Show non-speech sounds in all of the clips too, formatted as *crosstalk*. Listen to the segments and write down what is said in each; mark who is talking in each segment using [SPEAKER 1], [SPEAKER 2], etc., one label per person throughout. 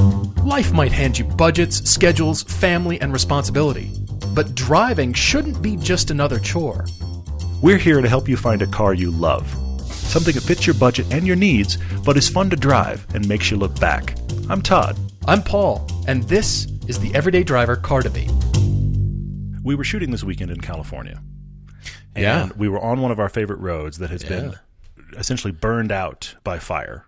[SPEAKER 1] Life might hand you budgets, schedules, family, and responsibility, but driving shouldn't be just another chore.
[SPEAKER 2] We're here to help you find a car you love. Something that fits your budget and your needs, but is fun to drive and makes you look back. I'm Todd.
[SPEAKER 1] I'm Paul, and this is the Everyday Driver Car Debate.
[SPEAKER 2] We were shooting this weekend in California. And
[SPEAKER 1] Yeah.
[SPEAKER 2] we were on one of our favorite roads that has been essentially burned out by fire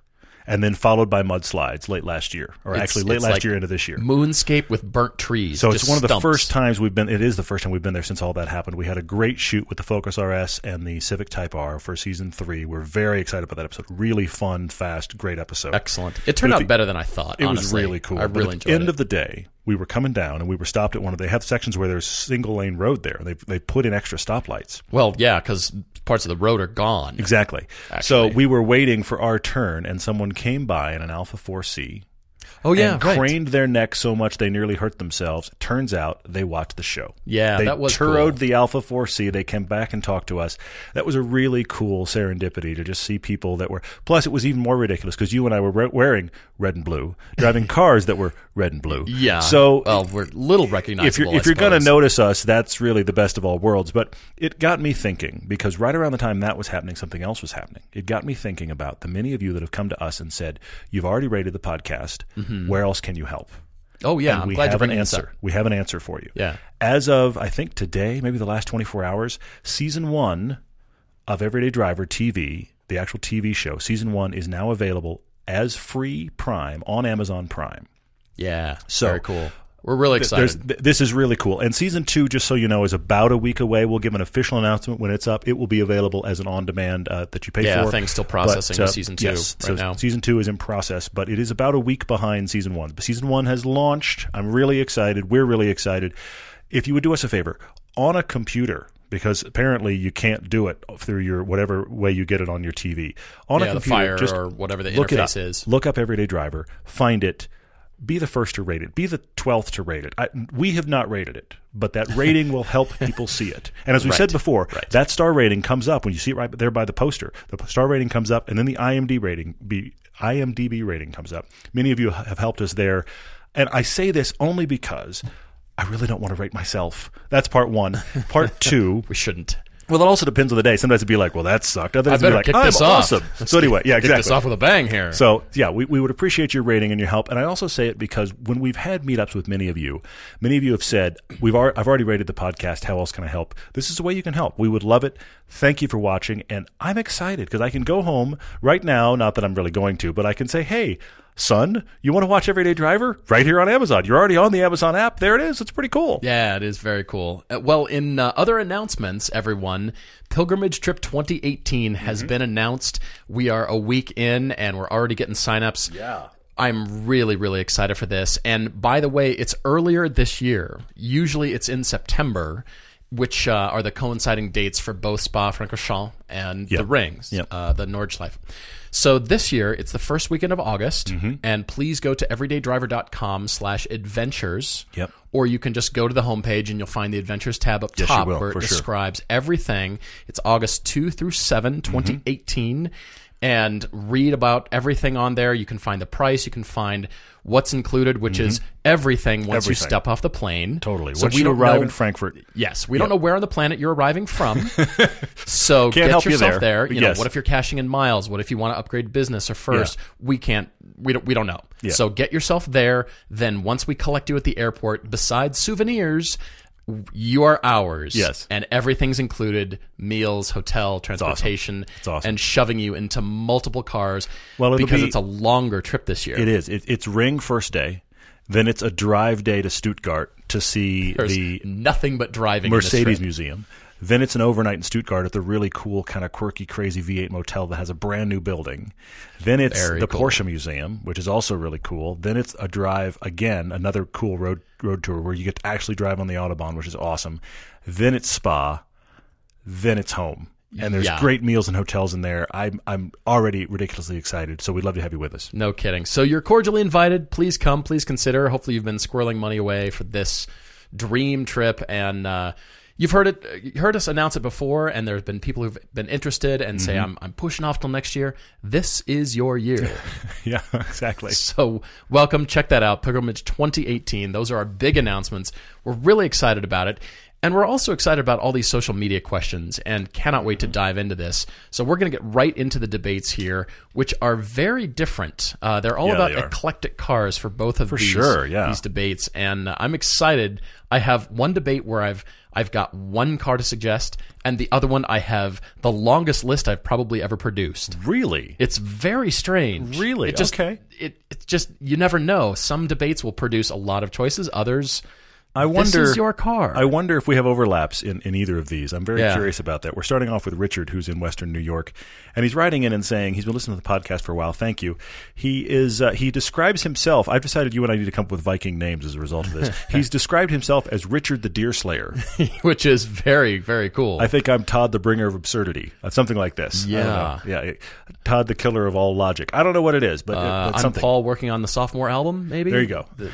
[SPEAKER 2] and then followed by mudslides late last year, or
[SPEAKER 1] It's-
[SPEAKER 2] actually late
[SPEAKER 1] it's
[SPEAKER 2] last
[SPEAKER 1] like
[SPEAKER 2] year into this year.
[SPEAKER 1] Moonscape with burnt trees.
[SPEAKER 2] So it's
[SPEAKER 1] just
[SPEAKER 2] one of the
[SPEAKER 1] stumps.
[SPEAKER 2] first times we've been. It is the first time we've been there since all that happened. We had a great shoot with the Focus RS and the Civic Type R for season three. We're very excited about that episode. Really fun, fast, great episode.
[SPEAKER 1] Excellent. It turned
[SPEAKER 2] But
[SPEAKER 1] out
[SPEAKER 2] at the-
[SPEAKER 1] better than I thought.
[SPEAKER 2] It
[SPEAKER 1] honestly.
[SPEAKER 2] was really cool.
[SPEAKER 1] I
[SPEAKER 2] But
[SPEAKER 1] really
[SPEAKER 2] at
[SPEAKER 1] enjoyed
[SPEAKER 2] the end
[SPEAKER 1] it.
[SPEAKER 2] of the day, we were coming down and we were stopped at one of. They have sections where there's single lane road there. They they put in extra stoplights.
[SPEAKER 1] well, yeah, because parts of the road are gone.
[SPEAKER 2] Exactly. So
[SPEAKER 1] Actually.
[SPEAKER 2] we were waiting for our turn, and someone came by in an Alpha 4C
[SPEAKER 1] Oh yeah,
[SPEAKER 2] and
[SPEAKER 1] right.
[SPEAKER 2] craned their neck so much they nearly hurt themselves. Turns out they watched the show.
[SPEAKER 1] Yeah,
[SPEAKER 2] they
[SPEAKER 1] that was
[SPEAKER 2] turboed
[SPEAKER 1] cool.
[SPEAKER 2] the Alpha 4C. They came back and talked to us. That was a really cool serendipity to just see people that were. Plus, it was even more ridiculous because you and I were re- wearing red and blue, driving *laughs* cars that were red and blue.
[SPEAKER 1] Yeah. Oh,
[SPEAKER 2] So
[SPEAKER 1] well, we're little recognizable.
[SPEAKER 2] if you're
[SPEAKER 1] I
[SPEAKER 2] if you're gonna
[SPEAKER 1] suppose.
[SPEAKER 2] notice us, that's really the best of all worlds. But it got me thinking because right around the time that was happening, something else was happening. It got me thinking about the many of you that have come to us and said, "You've already rated the podcast. Where else can you help?"
[SPEAKER 1] oh yeah, Mm-hmm. I'm
[SPEAKER 2] we
[SPEAKER 1] glad you're
[SPEAKER 2] have an
[SPEAKER 1] bringing this up.
[SPEAKER 2] answer. We have an answer for you.
[SPEAKER 1] Yeah.
[SPEAKER 2] As of I think today, maybe the last 24 hours, season one of Everyday Driver TV, the actual TV show, season one is now available as free Prime on Amazon Prime.
[SPEAKER 1] Yeah,
[SPEAKER 2] So-
[SPEAKER 1] very cool. We're really excited.
[SPEAKER 2] There's, th- this is really cool. And season two, just so you know, is about a week away. We'll give an official announcement when it's up. It will be available as an on demand uh, that you pay
[SPEAKER 1] Yeah,
[SPEAKER 2] for. uh,
[SPEAKER 1] things still processing with season two
[SPEAKER 2] yes,
[SPEAKER 1] right
[SPEAKER 2] so
[SPEAKER 1] now.
[SPEAKER 2] Season two is in process, but it is about a week behind season one. But season one has launched. I'm really excited. We're really excited. If you would do us a favor, on a computer, because apparently you can't do it through your whatever way you get it on your TV. On
[SPEAKER 1] Yeah,
[SPEAKER 2] a
[SPEAKER 1] the
[SPEAKER 2] computer,
[SPEAKER 1] Fire
[SPEAKER 2] just
[SPEAKER 1] or whatever the
[SPEAKER 2] look it
[SPEAKER 1] interface
[SPEAKER 2] up.
[SPEAKER 1] is.
[SPEAKER 2] Look up Everyday Driver, find it, be the first to rate it, be the 12th to rate it. I, we have not rated it,
[SPEAKER 1] *laughs*
[SPEAKER 2] but that rating will help people see it. And as we said before, that star rating comes up when you see it right there by the poster. The star rating comes up, and then the IMDb rating, be, IMDb rating comes up. Many of you have helped us there. And I say this only because I really don't want to rate myself. That's part one.
[SPEAKER 1] *laughs*
[SPEAKER 2] Part two.
[SPEAKER 1] we shouldn't.
[SPEAKER 2] Well, it also depends on the day. Sometimes it'd be like, well, that sucked. Other days it'd
[SPEAKER 1] better
[SPEAKER 2] be like,
[SPEAKER 1] kick
[SPEAKER 2] I'm
[SPEAKER 1] this off.
[SPEAKER 2] awesome. So anyway,
[SPEAKER 1] *laughs*
[SPEAKER 2] yeah,
[SPEAKER 1] Kick
[SPEAKER 2] exactly.
[SPEAKER 1] this off with a bang here.
[SPEAKER 2] So yeah, we, we would appreciate your rating and your help. And I also say it because when we've had meetups with many of you, many of you have said we've al- I've already rated the podcast. How else can I help? This is the way you can help. We would love it. Thank you for watching, and I'm excited because I can go home right now. Not that I'm really going to, but I can say, hey. Son, you want to watch Everyday Driver? Right here on Amazon. You're already on the Amazon app. There it is. It's pretty cool.
[SPEAKER 1] Yeah, it is very cool. Uh, well, in uh, other announcements, everyone, Pilgrimage Trip 2018 has
[SPEAKER 2] Mm-hmm.
[SPEAKER 1] been announced. We are a week in and we're already getting signups. Yeah. I'm really, really excited for this. And by the way, it's earlier this year. Usually it's in September, which uh, are the coinciding dates for both Spa Francorchamps and the Rings,
[SPEAKER 2] Yep.
[SPEAKER 1] uh, the Nordschleife. So this year, it's the first weekend of August.
[SPEAKER 2] Mm-hmm.
[SPEAKER 1] And please go to everydaydriver.com slash adventures
[SPEAKER 2] Yep.
[SPEAKER 1] or you can just go to the homepage and you'll find the adventures tab up
[SPEAKER 2] you
[SPEAKER 1] top
[SPEAKER 2] will,
[SPEAKER 1] where it
[SPEAKER 2] for sure.
[SPEAKER 1] describes everything. It's August 2 through 7,
[SPEAKER 2] Mm-hmm.
[SPEAKER 1] 2018. And read about everything on there. You can find the price. You can find what's included, which is everything once you
[SPEAKER 2] Mm-hmm. Everything.
[SPEAKER 1] step off the plane.
[SPEAKER 2] Totally.
[SPEAKER 1] So
[SPEAKER 2] Once
[SPEAKER 1] we
[SPEAKER 2] you
[SPEAKER 1] don't
[SPEAKER 2] arrive
[SPEAKER 1] know-
[SPEAKER 2] in Frankfurt,
[SPEAKER 1] Yes, we don't know where on the planet you're arriving
[SPEAKER 2] *laughs*
[SPEAKER 1] from, so get
[SPEAKER 2] help you
[SPEAKER 1] yourself
[SPEAKER 2] there.
[SPEAKER 1] there. You know,
[SPEAKER 2] Yes.
[SPEAKER 1] what if you're cashing in miles? What if you want to upgrade business or first? We can't. We don't. We don't know. So get yourself there. Then once we collect you at the airport, besides souvenirs, w- you are ours.
[SPEAKER 2] Yes.
[SPEAKER 1] and everything's included: meals, hotel, transportation. It's
[SPEAKER 2] awesome.
[SPEAKER 1] and shoving you into multiple cars.
[SPEAKER 2] Well, it'll
[SPEAKER 1] because
[SPEAKER 2] be-
[SPEAKER 1] it's a longer trip this year.
[SPEAKER 2] It is. It, it's ring first day, then it's a drive day to Stuttgart to see
[SPEAKER 1] There's
[SPEAKER 2] the
[SPEAKER 1] nothing but driving. in this trip.
[SPEAKER 2] Mercedes Museum. Then it's an overnight in Stuttgart at the really cool, kind of quirky, crazy V8 motel that has a brand new building. Then it's
[SPEAKER 1] Very
[SPEAKER 2] the
[SPEAKER 1] cool.
[SPEAKER 2] Porsche Museum, which is also really cool. Then it's a drive again, another cool road road tour where you get to actually drive on the autobahn, which is awesome. Then it's Spa. Then it's home, and there's
[SPEAKER 1] Yeah.
[SPEAKER 2] great meals and hotels in there. I'm I'm already ridiculously excited, so we'd love to have you
[SPEAKER 1] *laughs*
[SPEAKER 2] with us.
[SPEAKER 1] No kidding. So you're cordially invited. Please come. Please consider. Hopefully, you've been squirreling money away for this dream trip. And uh, You've heard it. You heard us announce it before, and there's been people who've been interested and say, "I'm I'm pushing off till next year." This is your year.
[SPEAKER 2] Yeah,
[SPEAKER 1] *laughs*
[SPEAKER 2] exactly.
[SPEAKER 1] so welcome. Check that out. Pilgrimage 2018. Those are our big announcements. We're really excited about it. And we're also excited about all these social media questions and cannot wait to dive into this. So, we're going to get right into the debates here, which are very different. Uh, they're all
[SPEAKER 2] Yeah,
[SPEAKER 1] about
[SPEAKER 2] they are.
[SPEAKER 1] eclectic cars for both of these,
[SPEAKER 2] sure, yeah.
[SPEAKER 1] these debates. And uh, I'm excited. I have one debate where I've I've got one car to suggest, and the other one I have the longest list I've probably ever produced.
[SPEAKER 2] Really?
[SPEAKER 1] It's very strange.
[SPEAKER 2] Really?
[SPEAKER 1] It just,
[SPEAKER 2] Okay.
[SPEAKER 1] It, it's just, you never know. Some debates will produce a lot of choices, others.
[SPEAKER 2] I wonder.
[SPEAKER 1] this is your car.
[SPEAKER 2] I wonder if we have overlaps in, in either of these. I'm very
[SPEAKER 1] Yeah.
[SPEAKER 2] curious about that. We're starting off with Richard, who's in Western New York, and he's writing in and saying he's been listening to the podcast for a while. Thank you. He is uh, he describes himself. I've decided you and I need to come up with Viking names as a result
[SPEAKER 1] *laughs*
[SPEAKER 2] of this. he's described himself as Richard the Deerslayer.
[SPEAKER 1] *laughs* which is very very cool.
[SPEAKER 2] I think I'm Todd the bringer of absurdity, Uh, something like this. I don't know. yeah. Todd the killer of all logic. I don't know what it is, but,
[SPEAKER 1] uh,
[SPEAKER 2] but
[SPEAKER 1] I'm
[SPEAKER 2] something.
[SPEAKER 1] Paul working on the sophomore album. Maybe
[SPEAKER 2] There you go.
[SPEAKER 1] *laughs*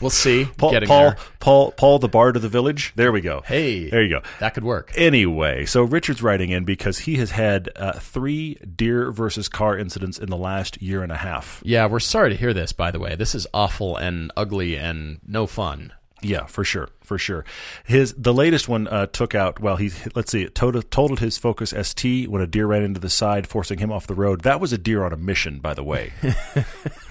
[SPEAKER 1] We'll see.
[SPEAKER 2] *laughs* Paul,
[SPEAKER 1] Getting
[SPEAKER 2] Paul,
[SPEAKER 1] there.
[SPEAKER 2] Paul, Paul, the bard of the village. There we go.
[SPEAKER 1] Hey,
[SPEAKER 2] there you go.
[SPEAKER 1] That could work.
[SPEAKER 2] Anyway, so Richard's writing in because he has had uh, three deer versus car incidents in the last year and a half.
[SPEAKER 1] yeah, we're sorry to hear this. By the way, this is awful and ugly and no fun.
[SPEAKER 2] Yeah, for sure, for sure. His the latest one uh, took out. Well, he let's see, it totaled, totaled his Focus ST when a deer ran into the side, forcing him off the road. That was a deer on a mission, by
[SPEAKER 1] *laughs*
[SPEAKER 2] the way.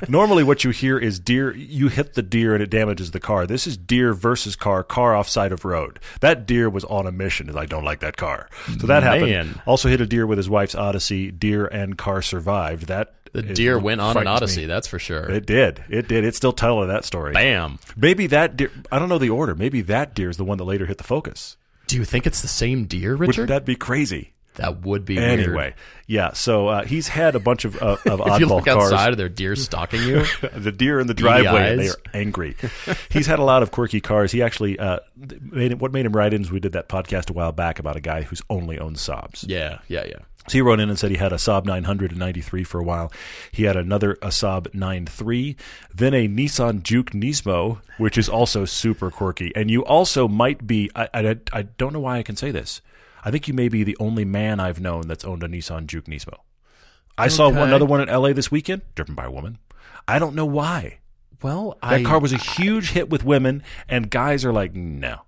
[SPEAKER 2] Normally, what you hear is deer. You hit the deer and it damages the car. This is deer versus car, car off side of road. That deer was on a mission. Is I don't like that car. So that happened.
[SPEAKER 1] Man.
[SPEAKER 2] Also hit a deer with his wife's Odyssey. Deer and car survived. That
[SPEAKER 1] The
[SPEAKER 2] is-
[SPEAKER 1] deer went on an
[SPEAKER 2] frightens me.
[SPEAKER 1] odyssey. That's for sure.
[SPEAKER 2] It did. It did. It's still telling that story.
[SPEAKER 1] Bam.
[SPEAKER 2] Maybe that deer. I don't know the order. Maybe that deer is the one that later hit the focus.
[SPEAKER 1] Do you think it's the same deer, Richard?
[SPEAKER 2] That'd be crazy.
[SPEAKER 1] that would be
[SPEAKER 2] Anyway,
[SPEAKER 1] Weird.
[SPEAKER 2] yeah. So uh, he's had a bunch of
[SPEAKER 1] *laughs*
[SPEAKER 2] uh, of oddball
[SPEAKER 1] If you look
[SPEAKER 2] cars.
[SPEAKER 1] outside, are there deer stalking
[SPEAKER 2] *laughs*
[SPEAKER 1] you?
[SPEAKER 2] the deer in the driveway, and they
[SPEAKER 1] eyes.
[SPEAKER 2] are angry. He's had a lot of quirky cars. He actually uh, made it, what made him write in is we did that podcast a while back about a guy who's only owned Saabs.
[SPEAKER 1] yeah, yeah, yeah.
[SPEAKER 2] So he wrote in and said he had a Saab 993 for a while. He had another a Saab 93, then a Nissan Juke Nismo, which is also super quirky. And you also might be, I, I, I don't know why I can say this. I think you may be the only man I've known that's owned a Nissan Juke Nismo. I saw
[SPEAKER 1] Okay.
[SPEAKER 2] another one in LA this weekend, driven by a woman. I don't know why.
[SPEAKER 1] Well,
[SPEAKER 2] That
[SPEAKER 1] I,
[SPEAKER 2] car was a huge hit with women, and guys are like, no.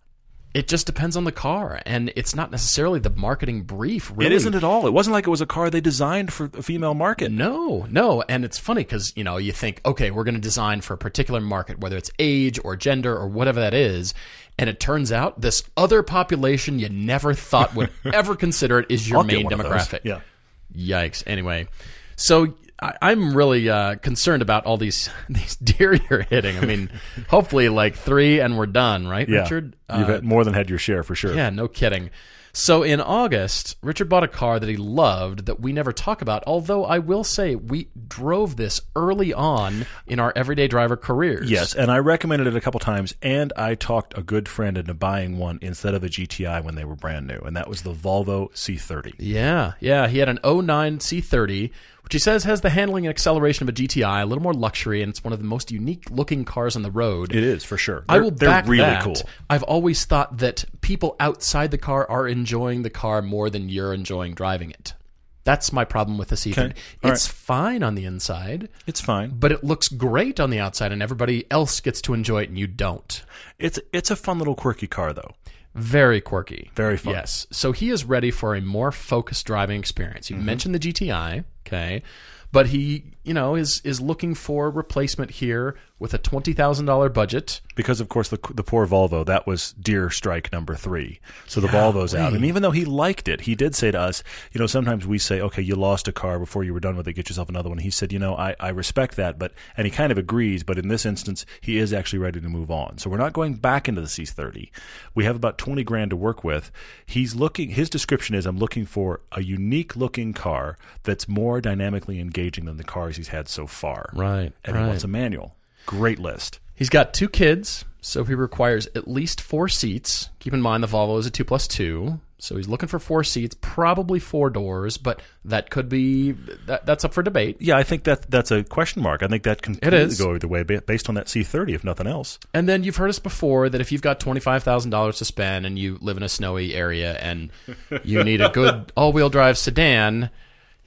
[SPEAKER 1] it just depends on the car, and it's not necessarily the marketing brief. Really,
[SPEAKER 2] It isn't at all. It wasn't like it was a car they designed for a female market.
[SPEAKER 1] No, no, and it's funny because you know you think, okay, we're going to design for a particular market, whether it's age or gender or whatever that is, and it turns out this other population you never thought
[SPEAKER 2] *laughs*
[SPEAKER 1] would ever consider it is your
[SPEAKER 2] I'll get
[SPEAKER 1] main
[SPEAKER 2] one of those.
[SPEAKER 1] demographic.
[SPEAKER 2] Yeah.
[SPEAKER 1] Yikes. Anyway, so I, I'm really uh, concerned about all these *laughs* these deer you're hitting. I
[SPEAKER 2] *laughs*
[SPEAKER 1] mean, hopefully like three and we're done, right,
[SPEAKER 2] Yeah.
[SPEAKER 1] Richard?
[SPEAKER 2] You've had more than had your share for sure.
[SPEAKER 1] Yeah, no kidding. So in August, Richard bought a car that he loved that we never talk about, although I will say we drove this early on in our everyday driver careers.
[SPEAKER 2] Yes, and I recommended it a couple times, and I talked a good friend into buying one instead of a GTI when they were brand new, and that was the Volvo C30.
[SPEAKER 1] Yeah, yeah. He had an 09 C30, which he says has the handling and acceleration of a GTI, a little more luxury, and it's one of the most unique looking cars on the road.
[SPEAKER 2] It is for sure.
[SPEAKER 1] I
[SPEAKER 2] They're-
[SPEAKER 1] will
[SPEAKER 2] They're
[SPEAKER 1] back
[SPEAKER 2] really
[SPEAKER 1] that.
[SPEAKER 2] cool.
[SPEAKER 1] I've always thought that people outside the car are enjoying the car more than you're enjoying driving it. That's my problem with the C30.
[SPEAKER 2] All
[SPEAKER 1] It's fine on the inside.
[SPEAKER 2] It's fine.
[SPEAKER 1] but it looks great on the outside and everybody else gets to enjoy it and you don't.
[SPEAKER 2] It's it's a fun little quirky car though.
[SPEAKER 1] Very quirky.
[SPEAKER 2] Very fun.
[SPEAKER 1] Yes. So he is ready for a more focused driving experience.
[SPEAKER 2] Mm-hmm.
[SPEAKER 1] You mentioned the GTI, okay? But he, you know, is is looking for replacement here with a $20,000 budget.
[SPEAKER 2] Because of course the the poor Volvo that was deer strike number three, so the Volvo's out. And even though he liked it, he did say to us, you know, sometimes we say, okay, you lost a car before you were done with it, get yourself another one. He said, you know, I, I respect that, but and he kind of agrees. But in this instance, he is actually ready to move on. So we're not going back into the C30. We have about twenty grand to work with. He's looking. His description is, I'm looking for a unique looking car that's more dynamically engaging than the cars he's had so far.
[SPEAKER 1] Right,
[SPEAKER 2] And he wants a manual. Great list.
[SPEAKER 1] He's got two kids, so he requires at least four seats. Keep in mind the Volvo is a two plus two, So he's looking for four seats, probably four doors, but that could be that, that's up for debate.
[SPEAKER 2] Yeah, I think that that's a question mark. I think that can
[SPEAKER 1] is.
[SPEAKER 2] go either way ba- based on that C30, if nothing else. *laughs*
[SPEAKER 1] And then you've heard us before that if you've got twenty five thousand dollars to spend and you live in a snowy area and you need a
[SPEAKER 2] *laughs*
[SPEAKER 1] good all wheel drive sedan,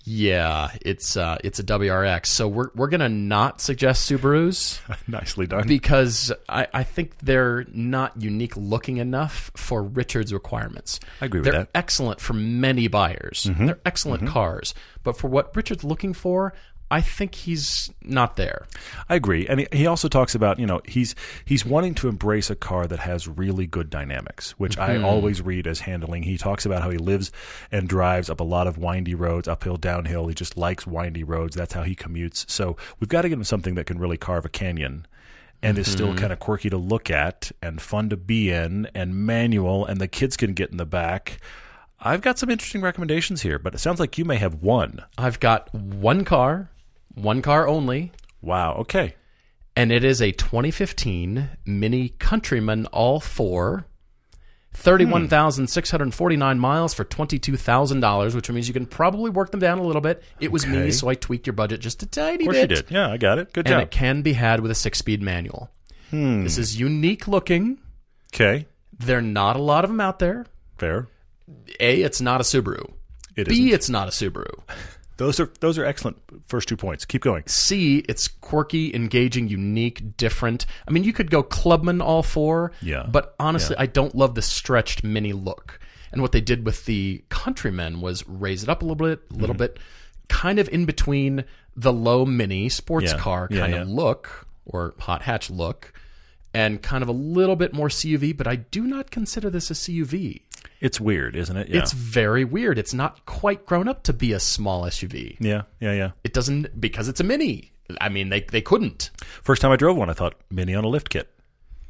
[SPEAKER 1] yeah, it's uh, it's a WRX. So we're we're gonna not suggest Subarus.
[SPEAKER 2] Nicely done.
[SPEAKER 1] because I, I think they're not unique looking enough for Richard's requirements.
[SPEAKER 2] I agree with
[SPEAKER 1] they're
[SPEAKER 2] that. Mm-hmm.
[SPEAKER 1] excellent for many buyers. They're excellent cars. But for what Richard's looking for, I think he's not there.
[SPEAKER 2] I agree, and he- he also talks about you know he's he's wanting to embrace a car that has really good dynamics, which I always read as handling. He talks about how he lives and drives up a lot of windy roads, uphill, downhill. He just likes windy roads. That's how he commutes. So we've got to give him something that can really carve a canyon. And is still kind of quirky to look at and fun to be in and manual, and the kids can get in the back. I've got some interesting recommendations here, but it sounds like you may have one.
[SPEAKER 1] I've got one car, one car only,
[SPEAKER 2] Wow, okay.
[SPEAKER 1] and it is a 2015 Mini Countryman All Four. 31,649 miles for $22,000, which means you can probably work them down a little bit. It was me,
[SPEAKER 2] Okay.
[SPEAKER 1] so I tweaked your budget just a tiny
[SPEAKER 2] Of course
[SPEAKER 1] bit.
[SPEAKER 2] you did. Yeah, Hmm. I got it. Good
[SPEAKER 1] and
[SPEAKER 2] job.
[SPEAKER 1] it can be had with a six speed manual. This is unique looking.
[SPEAKER 2] Okay,
[SPEAKER 1] There are not a lot of them out there.
[SPEAKER 2] fair.
[SPEAKER 1] A, it's not a Subaru.
[SPEAKER 2] It
[SPEAKER 1] B,
[SPEAKER 2] is.
[SPEAKER 1] it's not a Subaru.
[SPEAKER 2] Those are those are excellent first two points. Keep going.
[SPEAKER 1] C, it's quirky, engaging, unique, different. I mean, you could go Clubman all four.
[SPEAKER 2] Yeah.
[SPEAKER 1] But honestly, I don't love the stretched mini look. And what they did with the Countryman was raise it up a little bit, a
[SPEAKER 2] Mm-hmm.
[SPEAKER 1] little bit, kind of in between the low mini sports
[SPEAKER 2] Yeah.
[SPEAKER 1] car
[SPEAKER 2] Yeah,
[SPEAKER 1] kind
[SPEAKER 2] yeah.
[SPEAKER 1] of look or hot hatch look. And kind of a little bit more CUV, but I do not consider this a CUV.
[SPEAKER 2] It's weird, isn't it? Yeah.
[SPEAKER 1] It's very weird. It's not quite grown up to be a small SUV.
[SPEAKER 2] yeah, yeah, yeah.
[SPEAKER 1] It doesn't because it's a mini. I mean, they they couldn't.
[SPEAKER 2] First time I drove one, I thought mini on a lift kit,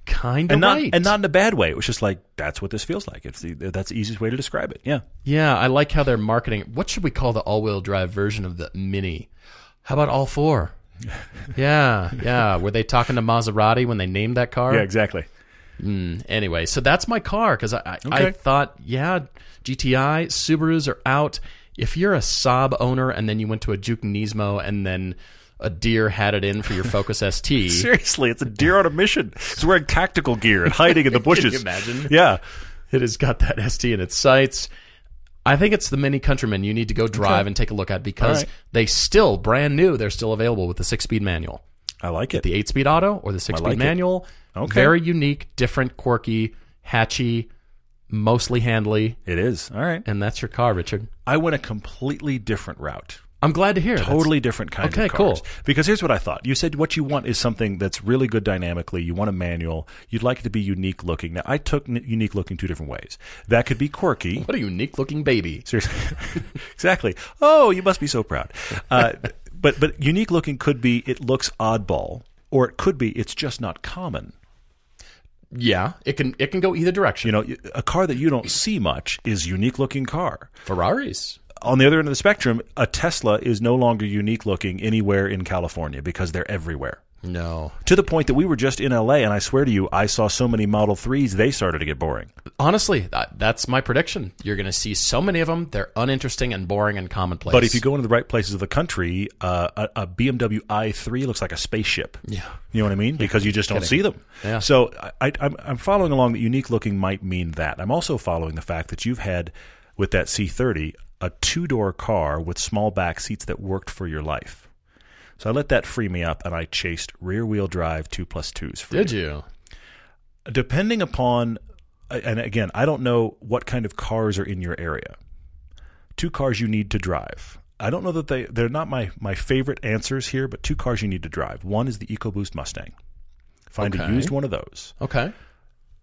[SPEAKER 1] kind of
[SPEAKER 2] and not
[SPEAKER 1] right.
[SPEAKER 2] and not in a bad way. It was just like that's what this feels like. It's the, that's the easiest way to describe it. Yeah,
[SPEAKER 1] yeah, I like how they're marketing. What should we call the all-wheel drive version of the Mini? How about all
[SPEAKER 2] *laughs*
[SPEAKER 1] four? yeah, yeah. Were they talking to Maserati when they named that car?
[SPEAKER 2] yeah, exactly.
[SPEAKER 1] Anyway, so that's my car because I I, I
[SPEAKER 2] Okay.
[SPEAKER 1] thought yeah, GTI Subarus are out. If you're a Saab owner and then you went to a Juke Nismo and then a deer had it in for your Focus
[SPEAKER 2] *laughs*
[SPEAKER 1] ST,
[SPEAKER 2] Seriously, it's a deer on a mission. It's wearing tactical gear and hiding
[SPEAKER 1] *laughs*
[SPEAKER 2] in the bushes.
[SPEAKER 1] you imagine?
[SPEAKER 2] Yeah,
[SPEAKER 1] It has got that ST in its sights. I think it's the Mini Countryman you need to go drive and take a look at because
[SPEAKER 2] All right.
[SPEAKER 1] they still brand new. They're still available with the six-speed manual,
[SPEAKER 2] I like it.
[SPEAKER 1] the eight-speed auto, or the six-speed
[SPEAKER 2] like it.
[SPEAKER 1] manual.
[SPEAKER 2] Okay.
[SPEAKER 1] Very unique, different, quirky, hatchy, mostly handly,
[SPEAKER 2] It is all right.
[SPEAKER 1] and that's your car, Richard.
[SPEAKER 2] I went a completely different route.
[SPEAKER 1] I'm glad to hear. That's-
[SPEAKER 2] totally different kind
[SPEAKER 1] Okay,
[SPEAKER 2] of cars.
[SPEAKER 1] cool.
[SPEAKER 2] Because here's what I thought. You said what you want is something that's really good dynamically. You want a manual. You'd like it to be unique looking. Now, I took n- unique looking two different ways. That could
[SPEAKER 1] *laughs*
[SPEAKER 2] be quirky.
[SPEAKER 1] what a unique-looking baby.
[SPEAKER 2] Seriously. *laughs* exactly. Oh, you must be so proud. Uh, but but unique looking could be it looks oddball, or it could be it's just not common.
[SPEAKER 1] Yeah, it can it can go either direction.
[SPEAKER 2] You know, y- a car that you don't see much is unique looking car.
[SPEAKER 1] Ferraris.
[SPEAKER 2] on the other end of the spectrum, a Tesla is no longer unique looking anywhere in California because they're everywhere.
[SPEAKER 1] No,
[SPEAKER 2] To the point that we were just in LA, and I swear to you, I saw so many Model 3s, they started to get boring.
[SPEAKER 1] honestly, that, that's my prediction. You're going to see so many of them. They're uninteresting and boring and commonplace.
[SPEAKER 2] But if you go into the right places of the country, uh, a, a BMW i3 looks like a spaceship.
[SPEAKER 1] Yeah.
[SPEAKER 2] You know what I mean? Because you just don't see them.
[SPEAKER 1] Yeah.
[SPEAKER 2] So I, I, I'm, I'm following along that unique looking might mean that. I'm also following the fact that you've had, with that C30, a two door car with small back seats that worked for your life. So I let that free me up, and I chased rear wheel drive two plus twos. For
[SPEAKER 1] did you?
[SPEAKER 2] depending upon and again i don't know what kind of cars are in your area two cars you need to drive i don't know that they they're not my my favorite answers here but two cars you need to drive one is the ecoboost mustang find a
[SPEAKER 1] Okay.
[SPEAKER 2] used one of those
[SPEAKER 1] Okay.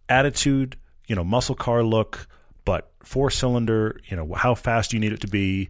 [SPEAKER 2] attitude you know muscle car look but four cylinder you know how fast you need it to be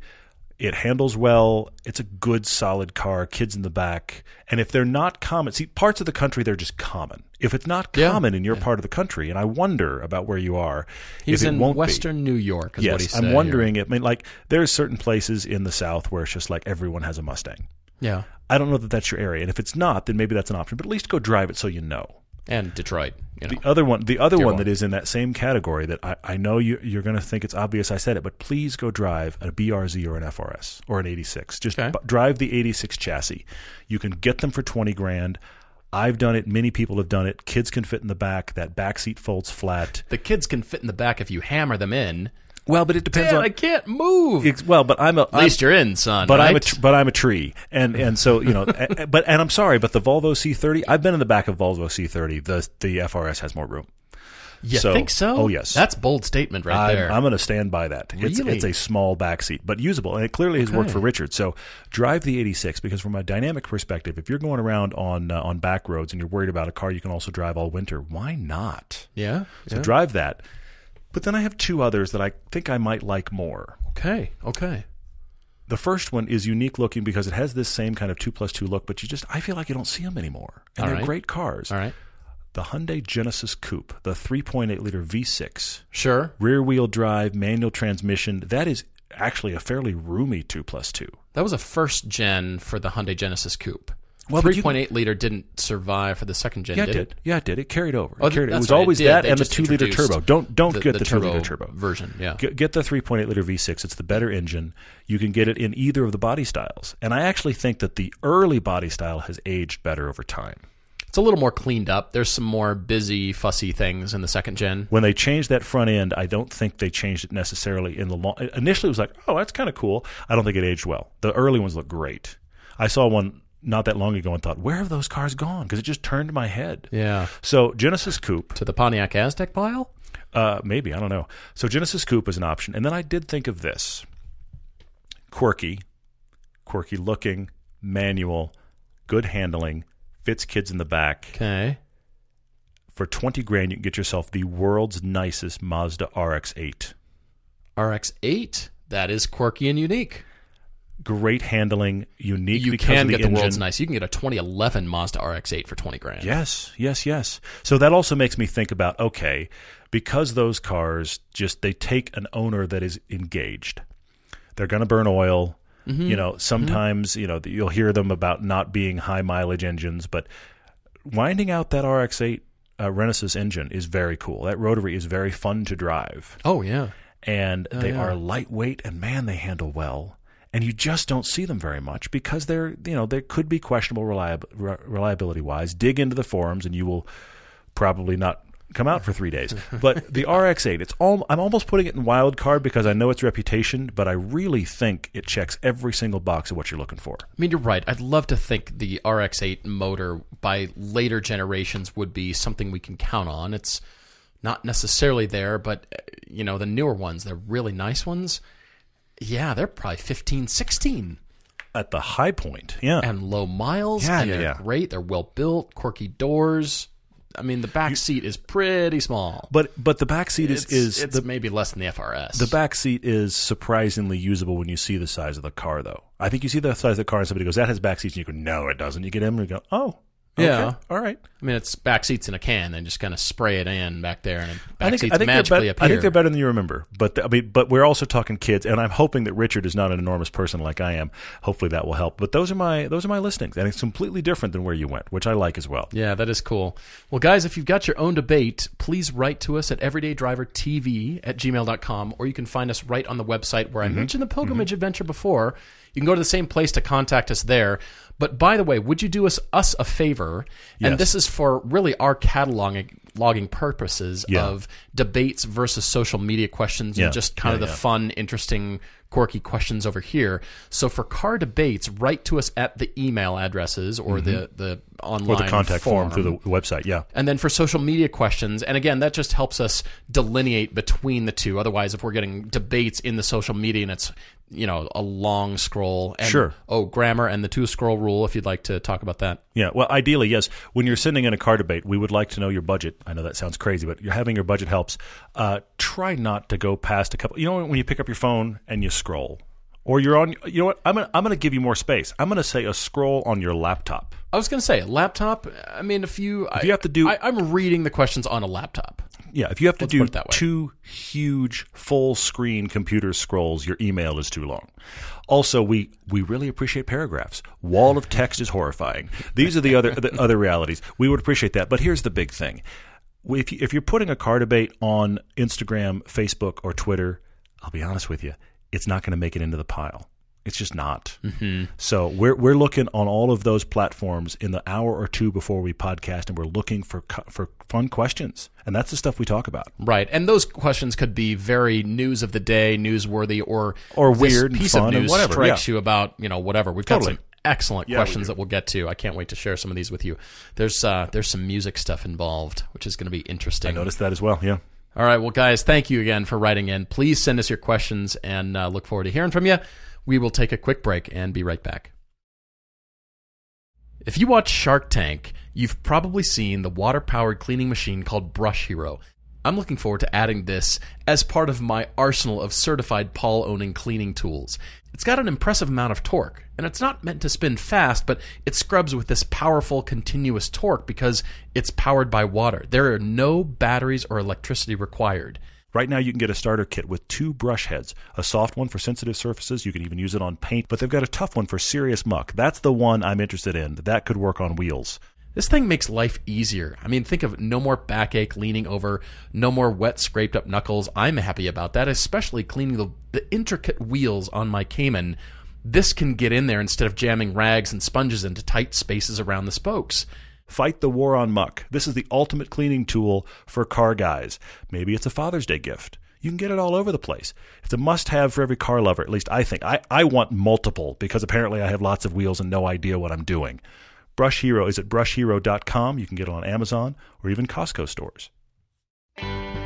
[SPEAKER 2] it handles well it's a good solid car kids in the back and if they're not common see parts of the country they're just common if it's not
[SPEAKER 1] Yeah.
[SPEAKER 2] common in your part of the country and i wonder about where you are
[SPEAKER 1] He's
[SPEAKER 2] if it
[SPEAKER 1] in
[SPEAKER 2] won't be.
[SPEAKER 1] Western New York. Is
[SPEAKER 2] yes
[SPEAKER 1] what he said
[SPEAKER 2] i'm wondering if I mean, like there are certain places in the south where it's just like everyone has a mustang
[SPEAKER 1] Here. Yeah.
[SPEAKER 2] i don't know that that's your area and if it's not then maybe that's an option but at least go drive it so you know
[SPEAKER 1] and Detroit. You know.
[SPEAKER 2] The other one, the other
[SPEAKER 1] Dear
[SPEAKER 2] one
[SPEAKER 1] Lord.
[SPEAKER 2] that is in that same category that I, I know you, you're going to think it's obvious I said it, but please go drive a BRZ or an FRS or an 86. Just
[SPEAKER 1] Okay.
[SPEAKER 2] b- drive the 86 chassis. You can get them for 20 grand. I've done it. Many people have done it. Kids can fit in the back. That back seat folds flat.
[SPEAKER 1] the kids can fit in the back if you hammer them in.
[SPEAKER 2] Well, but it depends
[SPEAKER 1] Dad,
[SPEAKER 2] on.
[SPEAKER 1] I can't move.
[SPEAKER 2] it's, well, but I'm a.
[SPEAKER 1] At
[SPEAKER 2] I'm-
[SPEAKER 1] least you're in, son.
[SPEAKER 2] but I'm a
[SPEAKER 1] right?
[SPEAKER 2] tr- but I'm a tree, and and so *laughs* you know, a- a- but and I'm sorry, but the Volvo C30. I've been in the back of Volvo C30. The the FRS has more room.
[SPEAKER 1] you
[SPEAKER 2] so-
[SPEAKER 1] think so?
[SPEAKER 2] oh, yes.
[SPEAKER 1] That's bold statement right
[SPEAKER 2] I'm,
[SPEAKER 1] there.
[SPEAKER 2] I'm going to stand by that. It's,
[SPEAKER 1] Really?
[SPEAKER 2] it's a small backseat, but usable, and it clearly has worked for Richard. So drive the 86 because, from a dynamic perspective, if you're going around on uh, on back roads and you're worried about a car you can also drive all winter, why not?
[SPEAKER 1] yeah.
[SPEAKER 2] So drive that. But then I have two others that I think I might like more.
[SPEAKER 1] Okay. Okay.
[SPEAKER 2] The first one is unique looking because it has this same kind of two plus two look, but you just I feel like you don't see them anymore, and
[SPEAKER 1] All
[SPEAKER 2] they're
[SPEAKER 1] right.
[SPEAKER 2] great cars.
[SPEAKER 1] All right.
[SPEAKER 2] The Hyundai Genesis Coupe, the 3.8 liter V6.
[SPEAKER 1] Sure.
[SPEAKER 2] rear wheel drive, manual transmission. That is actually a fairly roomy two plus two.
[SPEAKER 1] That was a first gen for the Hyundai Genesis Coupe.
[SPEAKER 2] Well, but you-
[SPEAKER 1] 3.8 liter didn't survive for for the second gen,
[SPEAKER 2] Yeah, it
[SPEAKER 1] did it?
[SPEAKER 2] did. Yeah, it did. It carried over.
[SPEAKER 1] Oh,
[SPEAKER 2] it, carried, it
[SPEAKER 1] that's
[SPEAKER 2] was
[SPEAKER 1] right, it
[SPEAKER 2] always
[SPEAKER 1] did.
[SPEAKER 2] that
[SPEAKER 1] They
[SPEAKER 2] and the
[SPEAKER 1] just
[SPEAKER 2] two liter
[SPEAKER 1] introduced
[SPEAKER 2] turbo. Don't don't
[SPEAKER 1] the-
[SPEAKER 2] get
[SPEAKER 1] the
[SPEAKER 2] the, two liter
[SPEAKER 1] turbo
[SPEAKER 2] turbo
[SPEAKER 1] version, yeah.
[SPEAKER 2] Get, get the 3.8 liter V6. It's the better engine. You can get it in either of the body styles, and I actually think that the early body style has aged better over time.
[SPEAKER 1] It's a little more cleaned up. There's some more busy, fussy things in the second gen.
[SPEAKER 2] when they changed that front end, I don't think they changed it necessarily in the long. Initially, it was like, oh, that's kind of cool. I don't think it aged well. The early ones look great. I saw one not that long ago and thought, where have those cars gone? Because it just turned my head.
[SPEAKER 1] Yeah.
[SPEAKER 2] So Genesis Coupe,
[SPEAKER 1] To the Pontiac Aztec pile?
[SPEAKER 2] uh, maybe I don't know. So Genesis Coupe is an option, and then I did think of this: quirky, quirky looking, manual, good handling, fits kids in the back.
[SPEAKER 1] Okay.
[SPEAKER 2] For twenty grand, you can get yourself the world's nicest Mazda RX-8.
[SPEAKER 1] RX 8. That is quirky and unique.
[SPEAKER 2] great handling, unique.
[SPEAKER 1] You
[SPEAKER 2] because
[SPEAKER 1] can
[SPEAKER 2] of the
[SPEAKER 1] get the
[SPEAKER 2] engine.
[SPEAKER 1] world's nice. You can get a 2011 Mazda RX 8 for 20 grand.
[SPEAKER 2] Yes, yes, yes. So that also makes me think about okay, because those cars just they take an owner that is engaged. They're going to burn oil.
[SPEAKER 1] Mm-hmm.
[SPEAKER 2] You know, sometimes you know you'll hear them about not being high mileage engines, but winding out that RX-8 uh, Renesis engine is very cool. That rotary is very fun to drive.
[SPEAKER 1] Oh, yeah.
[SPEAKER 2] and
[SPEAKER 1] Oh,
[SPEAKER 2] they are lightweight and man they handle well and you just don't see them very much because they're you know they could be questionable reliab- re- reliability wise dig into the forums and you will probably not come out for
[SPEAKER 1] *laughs*
[SPEAKER 2] 3 days but the RX8 it's all I'm almost putting it in wild card because I know its reputation but I really think it checks every single box of what you're looking for
[SPEAKER 1] I mean, you're right. I'd love to think the RX 8 motor by later generations would be something we can count on. It's not necessarily there, but, uh, you know, the newer ones, the really nice ones, yeah, they're probably 15, 16.
[SPEAKER 2] at the high point yeah
[SPEAKER 1] and low miles.
[SPEAKER 2] Yeah,
[SPEAKER 1] and
[SPEAKER 2] yeah,
[SPEAKER 1] they're
[SPEAKER 2] yeah.
[SPEAKER 1] great. They're well built, quirky doors. I mean, the back seat is pretty small.
[SPEAKER 2] but but the back seat is
[SPEAKER 1] it's,
[SPEAKER 2] is
[SPEAKER 1] it's maybe less than the FRS.
[SPEAKER 2] The back seat is surprisingly usable when you see the size of the car, though. I think you see the size of the car and somebody goes, "That has back seats," and you go, "No, it doesn't." You get in and you go, "Oh, okay,
[SPEAKER 1] Yeah.
[SPEAKER 2] all right."
[SPEAKER 1] I mean, it's back seats in a can. They just kind of spray it in back there, and back
[SPEAKER 2] I think,
[SPEAKER 1] seats
[SPEAKER 2] I think, they're
[SPEAKER 1] magically
[SPEAKER 2] bet-
[SPEAKER 1] appear.
[SPEAKER 2] I think they're better than you remember, but the, I mean, but we're also talking kids, and I'm hoping that Richard is not an enormous person like I am. Hopefully, that will help. But those are my those are my listings, and it's completely different than where you went, which I like as well.
[SPEAKER 1] Yeah, that is cool. Well, guys, if you've got your own debate, please write to us at everydaydrivertv at gmail.com, or you can find us right on the website where
[SPEAKER 2] Mm-hmm.
[SPEAKER 1] I mentioned the pilgrimage adventure before. You can go to the same place to contact us there. But by the way, would you do us us a favor?
[SPEAKER 2] Yes.
[SPEAKER 1] And this is for really our cataloging logging purposes
[SPEAKER 2] Yeah.
[SPEAKER 1] of debates versus social media questions
[SPEAKER 2] Yeah.
[SPEAKER 1] and just kind
[SPEAKER 2] Yeah,
[SPEAKER 1] of the
[SPEAKER 2] yeah.
[SPEAKER 1] fun, interesting, quirky questions over here. So for car debates, write to us at the email addresses or
[SPEAKER 2] Mm-hmm.
[SPEAKER 1] the, the online
[SPEAKER 2] Or the contact form, through the website, yeah.
[SPEAKER 1] and then for social media questions, and again, that just helps us delineate between the two. Otherwise, if we're getting debates in the social media and it's, you know, a long scroll. And,
[SPEAKER 2] Sure.
[SPEAKER 1] Oh, grammar and the two scroll rule, if you'd like to talk about that.
[SPEAKER 2] Yeah, well, ideally, yes. When you're sending in a car debate, we would like to know your budget. I know that sounds crazy, but you're having your budget helps. Uh, try not to go past a couple. You know, when you pick up your phone and you scroll, or you're on. You know what? I'm gonna I'm gonna give you more space. I'm gonna say a scroll on your laptop.
[SPEAKER 1] I was going to say, laptop, I mean, if you. If I,
[SPEAKER 2] you have to do-
[SPEAKER 1] I, I'm reading the questions on a laptop.
[SPEAKER 2] yeah, if you have to
[SPEAKER 1] put
[SPEAKER 2] do
[SPEAKER 1] it that way.
[SPEAKER 2] two huge full screen computer scrolls, your email is too long. Also, we we really appreciate paragraphs. Wall of text is horrifying. These are the other the other realities. We would appreciate that, but here's the big thing: if you, if you're putting a car debate on Instagram, Facebook, or Twitter, I'll be honest with you, it's not going to make it into the pile. It's just not.
[SPEAKER 1] Mm-hmm.
[SPEAKER 2] So we're we're looking on all of those platforms in the hour or two before we podcast, and we're looking for cu- for fun questions, and that's the stuff we talk about.
[SPEAKER 1] Right, and those questions could be very news of the day, newsworthy, or
[SPEAKER 2] Or
[SPEAKER 1] this
[SPEAKER 2] weird and
[SPEAKER 1] piece
[SPEAKER 2] fun
[SPEAKER 1] of
[SPEAKER 2] and
[SPEAKER 1] news
[SPEAKER 2] whatever,
[SPEAKER 1] strikes
[SPEAKER 2] yeah.
[SPEAKER 1] you about you know whatever. We've
[SPEAKER 2] Totally.
[SPEAKER 1] got some excellent
[SPEAKER 2] Yeah, we
[SPEAKER 1] questions that we'll get to. I can't wait to share some of these with you. There's uh, there's some music stuff involved, which is going to be interesting.
[SPEAKER 2] Notice that as well. Yeah.
[SPEAKER 1] All right, well, guys, thank you again for writing in. Please send us your questions, and uh, look forward to hearing from you. We will take a quick break and be right back. If you watch Shark Tank, you've probably seen the water powered cleaning machine called Brush Hero. I'm looking forward to adding this as part of my arsenal of certified Paul owning cleaning tools. It's got an impressive amount of torque, and it's not meant to spin fast, but it scrubs with this powerful continuous torque because it's powered by water. There are no batteries or electricity required.
[SPEAKER 2] Right now, you can get a starter kit with two brush heads a soft one for sensitive surfaces. You can even use it on paint, but they've got a tough one for serious muck. That's the one I'm interested in. That could work on wheels.
[SPEAKER 1] This thing makes life easier. I mean, think of no more backache leaning over, no more wet, scraped up knuckles. I'm happy about that, especially cleaning the, the intricate wheels on my Cayman. This can get in there instead of jamming rags and sponges into tight spaces around the spokes.
[SPEAKER 2] Fight the war on muck. This is the ultimate cleaning tool for car guys. Maybe it's a Father's Day gift. You can get it all over the place. It's a must have for every car lover, at least I think. I, I want multiple because apparently I have lots of wheels and no idea what I'm doing. Brush Hero is at brushhero.com. You can get it on Amazon or even Costco stores.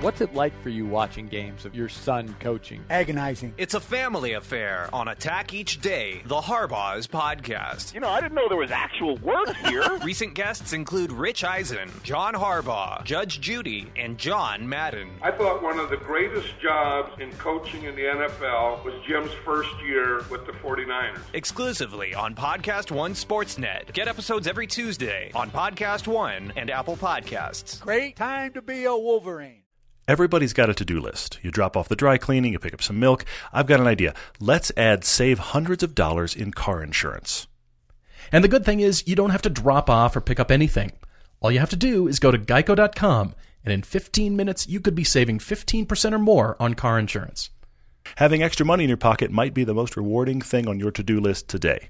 [SPEAKER 3] What's it like for you watching games of your son coaching?
[SPEAKER 4] agonizing.
[SPEAKER 5] It's a family affair on Attack Each Day, the Harbaugh's podcast.
[SPEAKER 6] You know, I didn't know there was actual work here.
[SPEAKER 5] *laughs* Recent guests include Rich Eisen, John Harbaugh, Judge Judy, and John Madden.
[SPEAKER 7] I thought one of the greatest jobs in coaching in the NFL was Jim's first year with the 49ers.
[SPEAKER 5] Exclusively on Podcast One Sportsnet. Get episodes every Tuesday on Podcast One and Apple Podcasts.
[SPEAKER 4] Great time to be a Wolverine.
[SPEAKER 2] Everybody's got a to do list. You drop off the dry cleaning, you pick up some milk. I've got an idea. Let's add save hundreds of dollars in car insurance.
[SPEAKER 1] And the good thing is, you don't have to drop off or pick up anything. All you have to do is go to geico.com, and in 15 minutes, you could be saving 15% or more on car insurance.
[SPEAKER 2] Having extra money in your pocket might be the most rewarding thing on your to do list today.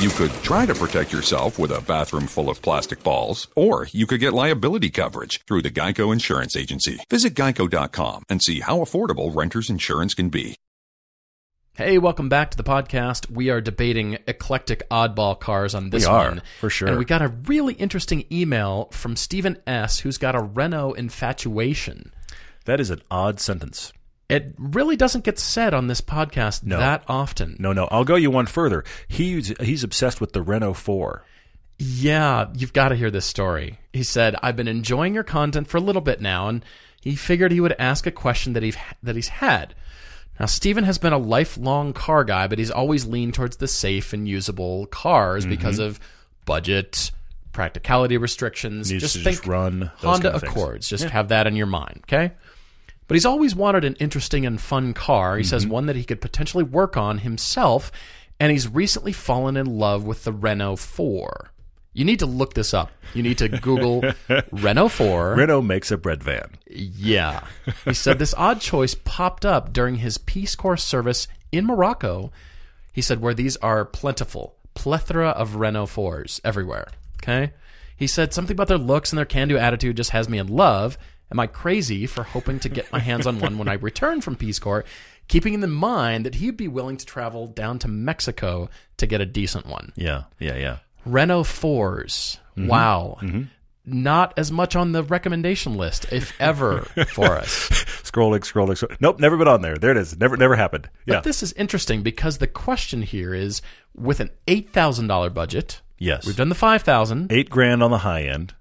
[SPEAKER 8] You could try to protect yourself with a bathroom full of plastic balls, or you could get liability coverage through the Geico Insurance Agency. Visit geico.com and see how affordable renter's insurance can be.
[SPEAKER 1] Hey, welcome back to the podcast. We are debating eclectic oddball cars on this
[SPEAKER 2] We are,
[SPEAKER 1] one.
[SPEAKER 2] for sure.
[SPEAKER 1] And we got a really interesting email from Stephen S., who's got a Renault infatuation.
[SPEAKER 2] That is an odd sentence.
[SPEAKER 1] It really doesn't get said on this podcast
[SPEAKER 2] No.
[SPEAKER 1] that often.
[SPEAKER 2] No, no, I'll go you one further. He's, he's obsessed with the Renault 4.
[SPEAKER 1] Yeah, you've got to hear this story. He said, "I've been enjoying your content for a little bit now, and he figured he would ask a question that he that he's had." Now, Steven has been a lifelong car guy, but he's always leaned towards the safe and usable cars
[SPEAKER 2] Mm-hmm.
[SPEAKER 1] because of budget, practicality restrictions.
[SPEAKER 2] Needs
[SPEAKER 1] just
[SPEAKER 2] to
[SPEAKER 1] think
[SPEAKER 2] just run, those
[SPEAKER 1] Honda
[SPEAKER 2] kind of things.
[SPEAKER 1] Accords. Just have that in your mind, okay? But he's always wanted an interesting and fun car. He says one that he could potentially work on himself, and he's recently fallen in love with the Renault 4. You need to look this up. You need to Google Renault 4.
[SPEAKER 2] Renault makes a bread van.
[SPEAKER 1] Yeah. He said this odd choice popped up during his Peace Corps service in Morocco. He said where these are plentiful, plethora of Renault 4s everywhere. Okay? He said something about their looks and their can-do attitude just has me in love. Am I crazy for hoping to get my hands on one when I return from Peace Corps, keeping in mind that he'd be willing to travel down to Mexico to get a decent one?
[SPEAKER 2] Yeah, yeah, yeah.
[SPEAKER 1] Renault 4s. Wow. Not as much on the recommendation list, if ever, for us.
[SPEAKER 2] Scrolling, scrolling, scrolling. Nope, never been on there. There it is. Never, never happened. Yeah.
[SPEAKER 1] But this is interesting because the question here is with an $8,000 budget,
[SPEAKER 2] Yes.
[SPEAKER 1] We've done the 5,000.
[SPEAKER 2] eight grand on the high end.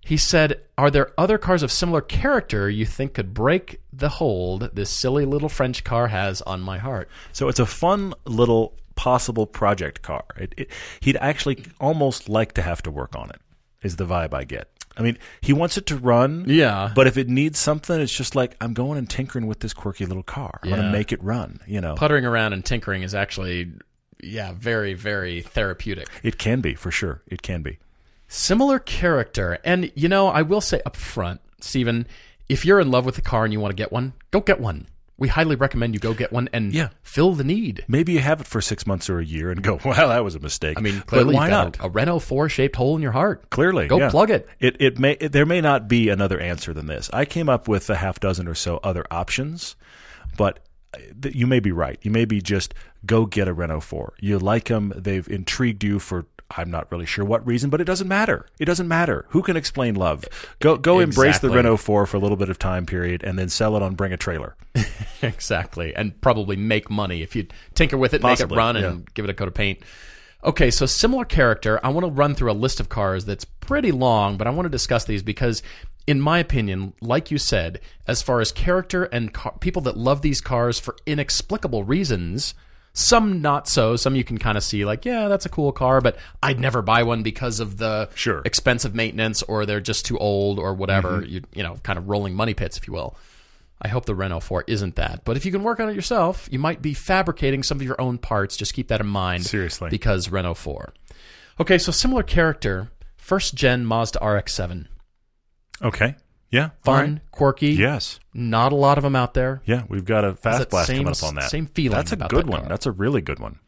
[SPEAKER 1] He said, Are there other cars of similar character you think could break the hold this silly little French car has on my heart?
[SPEAKER 2] So it's a fun little possible project car. It, it, he'd actually almost like to have to work on it. Is the vibe I get. I mean, he wants it to run.
[SPEAKER 1] Yeah.
[SPEAKER 2] But if it needs something, it's just like I'm going and tinkering with this quirky little car. I'm
[SPEAKER 1] Yeah.
[SPEAKER 2] gonna make it run. You know,
[SPEAKER 1] Puttering around and tinkering is actually, yeah, very, very therapeutic.
[SPEAKER 2] it can be for sure. It can be.
[SPEAKER 1] Similar character. And, you know, I will say up front, Stephen, if you're in love with a car and you want to get one, go get one. We highly recommend you go get one and
[SPEAKER 2] Yeah.
[SPEAKER 1] fill the need.
[SPEAKER 2] Maybe you have it for six months or a year and go, *laughs* "Wow, that was a mistake."
[SPEAKER 1] I mean,
[SPEAKER 2] but
[SPEAKER 1] clearly
[SPEAKER 2] why
[SPEAKER 1] you've got
[SPEAKER 2] not?
[SPEAKER 1] A, a Renault 4 shaped hole in your heart.
[SPEAKER 2] Clearly,
[SPEAKER 1] Go
[SPEAKER 2] yeah.
[SPEAKER 1] plug it.
[SPEAKER 2] It it may it, there may not be another answer than this. I came up with a half dozen or so other options, but uh, th- you may be right. You may be just go get a Renault 4. You like them. They've intrigued you for I'm not really sure what reason, but it doesn't matter. It doesn't matter. Who can explain love? Go go embrace the
[SPEAKER 1] Exactly.
[SPEAKER 2] Renault 4 for a little bit of time period and then sell it on bring a trailer.
[SPEAKER 1] *laughs* Exactly. And probably make money if you tinker with it,
[SPEAKER 2] Possibly,
[SPEAKER 1] make it run, and give it a coat of paint. Okay, so similar character. I want to run through a list of cars that's pretty long, but I want to discuss these because, in my opinion, like you said, as far as character and car- people that love these cars for inexplicable reasons, some not so. Some you can kind of see, like, yeah, that's a cool car, but I'd never buy one because of the
[SPEAKER 2] Sure. Mm-hmm.
[SPEAKER 1] expensive maintenance, or they're just too old, or whatever. You you know, kind of rolling money pits, if you will. I hope the Renault 4 isn't that. But if you can work on it yourself, you might be fabricating some of your own parts. Just keep that in mind.
[SPEAKER 2] Seriously.
[SPEAKER 1] Because Renault 4. Okay, so similar character, first gen Mazda RX 7.
[SPEAKER 2] Okay. Yeah.
[SPEAKER 1] Fun, quirky.
[SPEAKER 2] Yes.
[SPEAKER 1] Not a lot of them out there.
[SPEAKER 2] Yeah, we've got a fast
[SPEAKER 1] that
[SPEAKER 2] blast
[SPEAKER 1] same-
[SPEAKER 2] coming up on that.
[SPEAKER 1] same feeling
[SPEAKER 2] That's a
[SPEAKER 1] about
[SPEAKER 2] good
[SPEAKER 1] that
[SPEAKER 2] one.
[SPEAKER 1] car.
[SPEAKER 2] That's a really good one.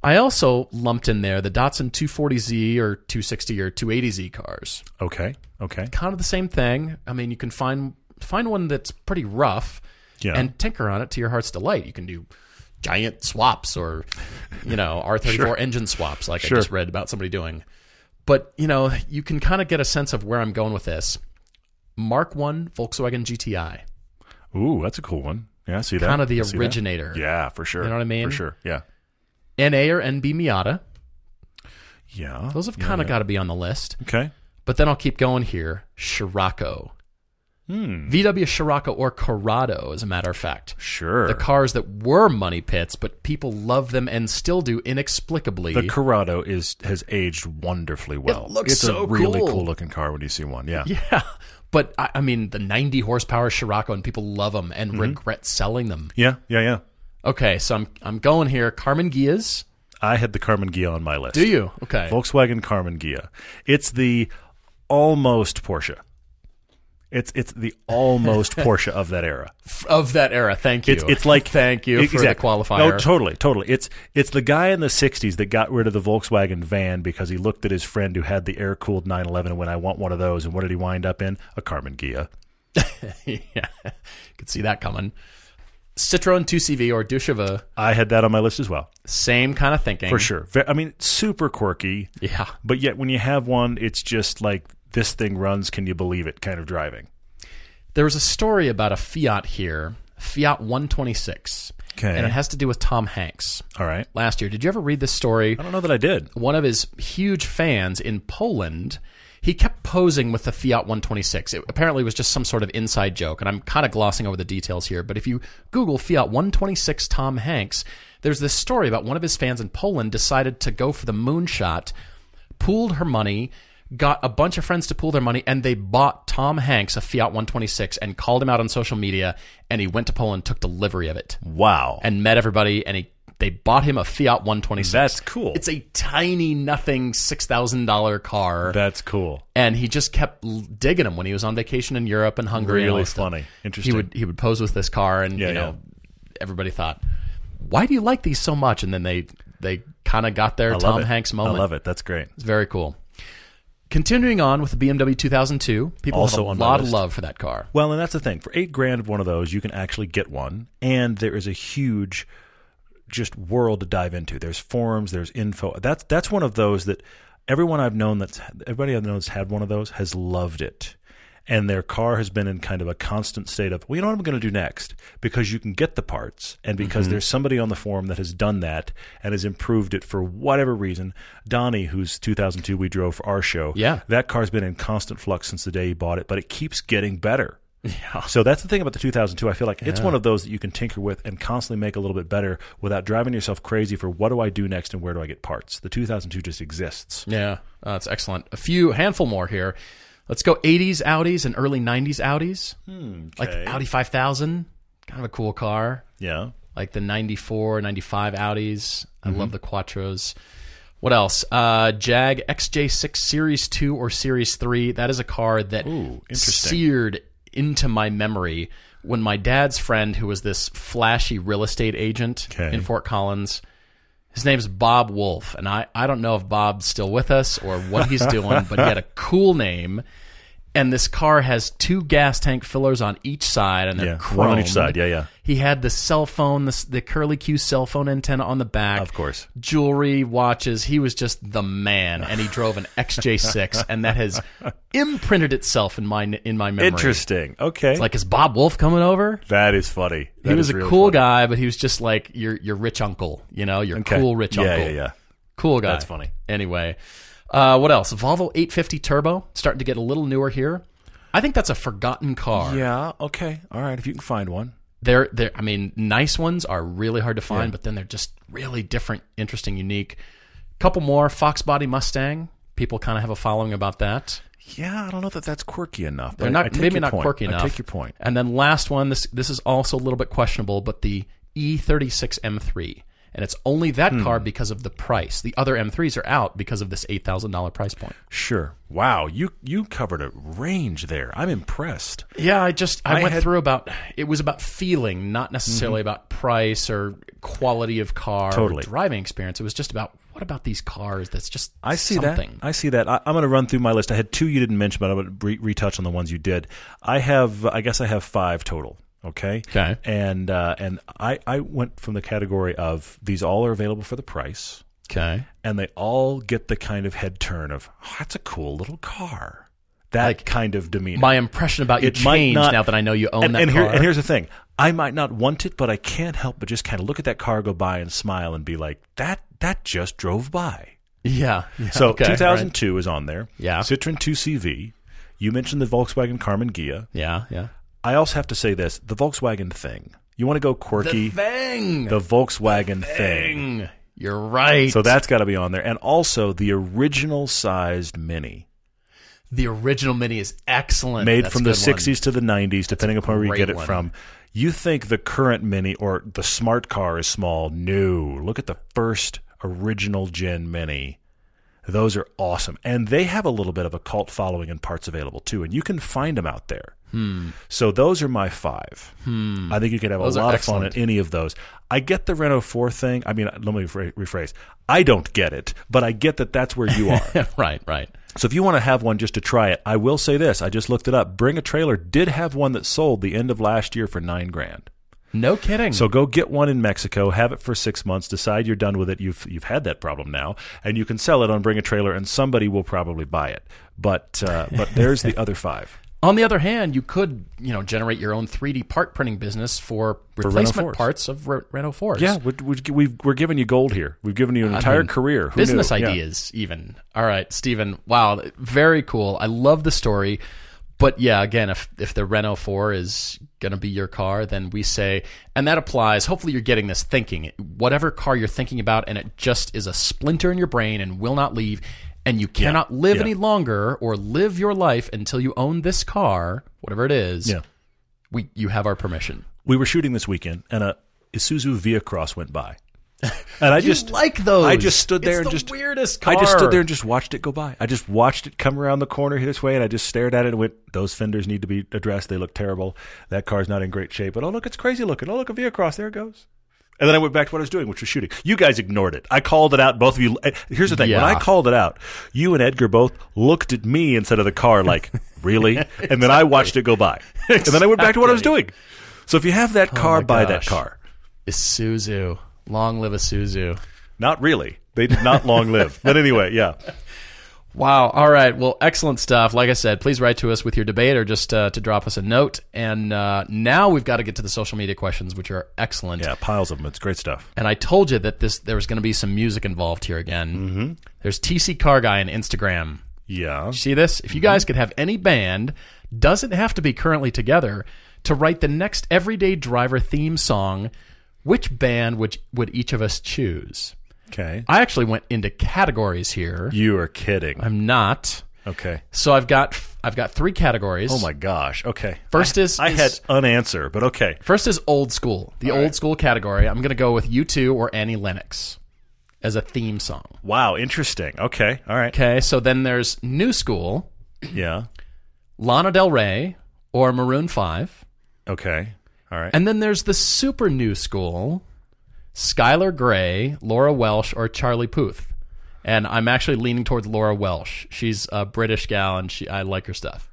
[SPEAKER 1] I also lumped in there the Datsun 240Z or 260 or 280Z cars.
[SPEAKER 2] Okay. Okay.
[SPEAKER 1] Kind of the same thing. I mean, you can find find one that's pretty rough
[SPEAKER 2] Yeah.
[SPEAKER 1] and tinker on it to your heart's delight. You can do giant swaps or, you know, *laughs* R34 engine swaps, like
[SPEAKER 2] Sure.
[SPEAKER 1] I just read about somebody doing. But, you know, you can kind of get a sense of where I'm going with this. Mark 1 Volkswagen GTI.
[SPEAKER 2] Ooh, that's a cool one. Yeah, I see that.
[SPEAKER 1] Kind of the
[SPEAKER 2] I see that.
[SPEAKER 1] originator.
[SPEAKER 2] Yeah, for sure.
[SPEAKER 1] You know what I mean?
[SPEAKER 2] For sure. Yeah.
[SPEAKER 1] NA or NB Miata.
[SPEAKER 2] Yeah.
[SPEAKER 1] Those have
[SPEAKER 2] Yeah,
[SPEAKER 1] kind of
[SPEAKER 2] yeah.
[SPEAKER 1] got to be on the list.
[SPEAKER 2] Okay.
[SPEAKER 1] But then I'll keep going here. Scirocco.
[SPEAKER 2] Hmm.
[SPEAKER 1] VW Scirocco or Corrado, as a matter of fact.
[SPEAKER 2] Sure.
[SPEAKER 1] The cars that were money pits, but people love them and still do inexplicably.
[SPEAKER 2] The Corrado is has aged wonderfully well.
[SPEAKER 1] looks
[SPEAKER 2] it's
[SPEAKER 1] so
[SPEAKER 2] a really
[SPEAKER 1] cool.
[SPEAKER 2] cool. looking car when you see one. Yeah.
[SPEAKER 1] Yeah, but I, I mean the 90 horsepower Scirocco, and people love them and
[SPEAKER 2] Mm-hmm.
[SPEAKER 1] regret selling them.
[SPEAKER 2] Yeah. Yeah. Yeah.
[SPEAKER 1] Okay, so I'm I'm going here. Carmen Gias,
[SPEAKER 2] I had the Carmen Ghia on my list.
[SPEAKER 1] do you? Okay,
[SPEAKER 2] Volkswagen Carmen Ghia. It's the almost Porsche. It's it's the almost
[SPEAKER 1] *laughs*
[SPEAKER 2] Porsche of that era.
[SPEAKER 1] of that era. Thank you.
[SPEAKER 2] It's it's
[SPEAKER 1] *laughs*
[SPEAKER 2] like
[SPEAKER 1] thank you for the
[SPEAKER 2] exactly.
[SPEAKER 1] qualifier.
[SPEAKER 2] No, totally, totally. It's it's the guy in the '60s that got rid of the Volkswagen van because he looked at his friend who had the air cooled 911 and went, "I want one of those." And what did he wind up in? A Carmen Ghia.
[SPEAKER 1] *laughs* yeah, could see that coming. Citroen 2CV or Ducheva,
[SPEAKER 2] I had that on my list as well
[SPEAKER 1] same kind of thinking
[SPEAKER 2] for sure. Ve- I mean, super quirky,
[SPEAKER 1] Yeah.
[SPEAKER 2] but yet when you have one, it's just like this thing runs. Can you believe it? Kind of driving.
[SPEAKER 1] There was a story about a Fiat here, Fiat 126,
[SPEAKER 2] Okay.
[SPEAKER 1] and it has to do with Tom Hanks
[SPEAKER 2] All right.
[SPEAKER 1] last year. Did you ever read this story?
[SPEAKER 2] I don't know that I did.
[SPEAKER 1] one of his huge fans in Poland, he kept posing with the Fiat 126. It apparently was just some sort of inside joke, and I'm kind of glossing over the details here, but if you Google Fiat 126 Tom Hanks, there's this story about one of his fans in Poland decided to go for the moonshot, pooled her money, got a bunch of friends to pool their money, and they bought Tom Hanks a Fiat 126 and called him out on social media, and he went to Poland, took delivery of it
[SPEAKER 2] Wow.
[SPEAKER 1] and met everybody and he they bought him a Fiat 126.
[SPEAKER 2] That's cool.
[SPEAKER 1] It's a tiny nothing $6,000 car
[SPEAKER 2] that's cool.
[SPEAKER 1] and he just kept l- digging him when he was on vacation in Europe and Hungary. and all
[SPEAKER 2] Really
[SPEAKER 1] this stuff.
[SPEAKER 2] funny. Interesting.
[SPEAKER 1] He would he would pose with this car and
[SPEAKER 2] Yeah,
[SPEAKER 1] you know everybody thought, "Why do you like these so much?" and then they they kind of got their
[SPEAKER 2] I love
[SPEAKER 1] Tom
[SPEAKER 2] it.
[SPEAKER 1] Hanks moment.
[SPEAKER 2] I love it. That's great.
[SPEAKER 1] It's very cool. Continuing on with the BMW 2002, people
[SPEAKER 2] Also
[SPEAKER 1] have
[SPEAKER 2] on
[SPEAKER 1] a
[SPEAKER 2] my
[SPEAKER 1] lot of
[SPEAKER 2] list.
[SPEAKER 1] love for that car.
[SPEAKER 2] Well, and that's the thing. For eight grand of one of those, you can actually get one, and there is a huge just world to dive into. There's forums, there's info. That's that's one of those that everyone I've known that's everybody I've known that's had one of those has loved it. and their car has been in kind of a constant state of, well, you know what I'm going to do next? Because you can get the parts, and because there's somebody on the forum that has done that and has improved it for whatever reason. Donnie, who's 2002 we drove for our show,
[SPEAKER 1] Yeah.
[SPEAKER 2] that car's been in constant flux since the day he bought it, but it keeps getting better. So that's the thing about the 2002. I feel like it's one of those that you can tinker with and constantly make a little bit better without driving yourself crazy for what do I do next and where do I get parts. The 2002 just exists.
[SPEAKER 1] Yeah, uh, that's excellent. A few handful more here. Let's go 80s Audis and early 90s Audis. Like Audi 5000, kind of a cool car.
[SPEAKER 2] Yeah.
[SPEAKER 1] Like the 94, 95 Audis. I
[SPEAKER 2] Mm-hmm.
[SPEAKER 1] love the Quattros. What else? Uh, Jag XJ6 Series 2 or Series 3. That is a car that seared into my memory when my dad's friend, who was this flashy real estate agent
[SPEAKER 2] Okay.
[SPEAKER 1] in Fort Collins, his name's Bob Wolf, and I, I don't know if Bob's still with us or what he's doing, but he
[SPEAKER 2] *laughs*
[SPEAKER 1] had a cool name. And this car has two gas tank fillers on each side, and they're
[SPEAKER 2] Yeah, one on each
[SPEAKER 1] chromed.
[SPEAKER 2] side, yeah, yeah.
[SPEAKER 1] He had the cell phone, the, s- the curly Q cell phone antenna on the back.
[SPEAKER 2] Of course.
[SPEAKER 1] Jewelry, watches. He was just the man, and
[SPEAKER 2] *laughs*
[SPEAKER 1] he drove an XJ6, and that has imprinted itself in my in my memory.
[SPEAKER 2] Interesting. Okay.
[SPEAKER 1] Like, is Bob Wolf coming over?
[SPEAKER 2] that is funny.
[SPEAKER 1] he was a cool guy, but he was just like your your rich uncle, you know, your cool rich
[SPEAKER 2] yeah,
[SPEAKER 1] uncle.
[SPEAKER 2] Yeah, yeah,
[SPEAKER 1] Cool guy.
[SPEAKER 2] That's funny.
[SPEAKER 1] Anyway, uh, what else? Volvo 850 Turbo, starting to get a little newer here. I think that's a forgotten car.
[SPEAKER 2] yeah. Okay. All right. If you can find one.
[SPEAKER 1] They're, they're, I mean, nice ones are really hard to find, but then they're just really different, interesting, unique. Couple more Fox Body Mustang. People kind of have a following about that.
[SPEAKER 2] Yeah, I don't know that that's quirky enough.
[SPEAKER 1] They're
[SPEAKER 2] but I-
[SPEAKER 1] not
[SPEAKER 2] I take
[SPEAKER 1] maybe
[SPEAKER 2] your
[SPEAKER 1] not
[SPEAKER 2] point.
[SPEAKER 1] quirky enough.
[SPEAKER 2] I take your point.
[SPEAKER 1] And then last one, this this is also a little bit questionable, but the E E36 M3, and it's only that
[SPEAKER 2] Hmm.
[SPEAKER 1] car because of the price. The other M3s are out because of this eight thousand dollar price point.
[SPEAKER 2] Sure. Wow. You you covered a range there. I'm impressed.
[SPEAKER 1] Yeah, I just I,
[SPEAKER 2] I
[SPEAKER 1] went
[SPEAKER 2] had-
[SPEAKER 1] through about it was about feeling, not necessarily about price or quality of car, or
[SPEAKER 2] Totally.
[SPEAKER 1] driving experience. It was just about what about these cars? That's just
[SPEAKER 2] I see
[SPEAKER 1] something.
[SPEAKER 2] that. I see that. I, I'm going to run through my list. I had two you didn't mention, but I'm going to re- retouch on the ones you did. I have, I guess, I have five total. Okay.
[SPEAKER 1] Okay.
[SPEAKER 2] And uh, and I I went from the category of these all are available for the price,
[SPEAKER 1] Okay,
[SPEAKER 2] and they all get the kind of head turn of oh, that's a cool little car. That kind of demeanor.
[SPEAKER 1] my impression about you
[SPEAKER 2] It might
[SPEAKER 1] changed
[SPEAKER 2] not-
[SPEAKER 1] now that I know you own
[SPEAKER 2] and,
[SPEAKER 1] that
[SPEAKER 2] and
[SPEAKER 1] car.
[SPEAKER 2] Here, and here's the thing: I might not want it, but I can't help but just kind of look at that car go by and smile and be like, "That that just drove by."
[SPEAKER 1] *laughs* yeah, *laughs* yeah,
[SPEAKER 2] So
[SPEAKER 1] okay, right.
[SPEAKER 2] 2002 is on there.
[SPEAKER 1] Yeah.
[SPEAKER 2] Citroen 2CV. You mentioned the Volkswagen Carmen Ghia.
[SPEAKER 1] yeah, yeah.
[SPEAKER 2] I also have to say this: the Volkswagen thing. You want to go quirky?
[SPEAKER 1] thing.
[SPEAKER 2] The Volkswagen thing.
[SPEAKER 1] You're right.
[SPEAKER 2] So that's got to be on there, and also the original sized Mini,
[SPEAKER 1] the original Mini is excellent.
[SPEAKER 2] made
[SPEAKER 1] That's
[SPEAKER 2] from
[SPEAKER 1] a
[SPEAKER 2] the
[SPEAKER 1] good one.
[SPEAKER 2] 60s to the 90s, depending upon where you
[SPEAKER 1] great
[SPEAKER 2] get it
[SPEAKER 1] one.
[SPEAKER 2] from. You think the current Mini or the smart car is small? No. Look at the first original gen Mini. Those are awesome. And they have a little bit of a cult following and parts available too. And you can find them out there. So those are my five. I think you could have
[SPEAKER 1] Hmm. Those
[SPEAKER 2] a
[SPEAKER 1] are
[SPEAKER 2] lot of fun
[SPEAKER 1] excellent.
[SPEAKER 2] at any of those. I get the Renault 4 thing. I mean, let me rephr- rephrase. I don't get it, but I get that that's where
[SPEAKER 1] *laughs*
[SPEAKER 2] you are.
[SPEAKER 1] *laughs* right, right.
[SPEAKER 2] so if you want to have one just to try it, I will say this. I just looked it up. Bring a Trailer did have one that sold the end of last year for nine grand.
[SPEAKER 1] No kidding.
[SPEAKER 2] So go get one in Mexico, have it for six months, decide you're done with it. You've you've had that problem now, and you can sell it on Bring a Trailer, and somebody will probably buy it. But uh, but there's the other five.
[SPEAKER 1] on the other hand, you could you know generate your own 3D part printing business for replacement
[SPEAKER 2] Fours.
[SPEAKER 1] parts of Re- Renault fours.
[SPEAKER 2] *laughs* Yeah, we're, we're, we're giving you gold here. We've given you an entire career. Who
[SPEAKER 1] business
[SPEAKER 2] knew? Yeah.
[SPEAKER 1] ideas even all right Stephen wow very cool I love the story but yeah again if if the Renault 4 is going to be your car then we say and that applies hopefully you're getting this thinking whatever car you're thinking about and it just is a splinter in your brain and will not leave and you cannot live
[SPEAKER 2] Yeah.
[SPEAKER 1] any longer or live your life until you own this car whatever it is
[SPEAKER 2] Yeah.
[SPEAKER 1] we you have our permission
[SPEAKER 2] We were shooting this weekend, and a Isuzu Via Cross went *laughs* by, and I just
[SPEAKER 1] like those.
[SPEAKER 2] I just stood there
[SPEAKER 1] It's
[SPEAKER 2] and
[SPEAKER 1] the
[SPEAKER 2] just
[SPEAKER 1] weirdest
[SPEAKER 2] I just
[SPEAKER 1] car.
[SPEAKER 2] stood there and just watched it go by. I just watched it come around the corner this way, and I just stared at it and went, "Those fenders need to be addressed. They look terrible. That car's not in great shape." But oh look, it's crazy looking. Oh look, a Via Cross. There it goes. And then I went back to what I was doing, which was shooting. You guys ignored it. I called it out. Both of you. Uh, Here's the thing: when
[SPEAKER 1] Yeah.
[SPEAKER 2] I called it out, you and Edgar both looked at me instead of the car, *laughs* like really. And then I watched it go by, and then I went back to what I was doing. So if you have that car, buy that
[SPEAKER 1] gosh.
[SPEAKER 2] car.
[SPEAKER 1] Isuzu long live Isuzu
[SPEAKER 2] Not really. They did not long live. But anyway, yeah.
[SPEAKER 1] Wow. All right. Well, excellent stuff. Like I said, please write to us with your debate or just uh, to drop us a note. And uh, now we've got to get to the social media questions, which are excellent.
[SPEAKER 2] *laughs* Yeah, piles of them. It's great stuff.
[SPEAKER 1] And I told you that this there was going to be some music involved here again. Mm-hmm. There's TC Car Guy on Instagram.
[SPEAKER 2] Yeah.
[SPEAKER 1] You see this? If you guys could have any band, doesn't have to be currently together, to write the next everyday driver theme song, which band would would each of us choose?
[SPEAKER 2] Okay.
[SPEAKER 1] I actually went into categories here.
[SPEAKER 2] You are kidding.
[SPEAKER 1] I'm not.
[SPEAKER 2] okay.
[SPEAKER 1] So I've got I've got three categories.
[SPEAKER 2] Oh my gosh. Okay.
[SPEAKER 1] First is
[SPEAKER 2] I
[SPEAKER 1] is-
[SPEAKER 2] had unanswer, but okay.
[SPEAKER 1] First is old school. The old school category. I'm going to go with U2 or Annie Lennox as a theme song.
[SPEAKER 2] Wow, interesting. Okay. All right.
[SPEAKER 1] Okay, so then there's new school,
[SPEAKER 2] Yeah.
[SPEAKER 1] Lana Del Rey or Maroon 5.
[SPEAKER 2] Okay. All right.
[SPEAKER 1] And then there's the super new school, Skylar Gray, Laura Welsh or Charlie Puth. And I'm actually leaning towards Laura Welsh. She's a British gal and she I like her stuff.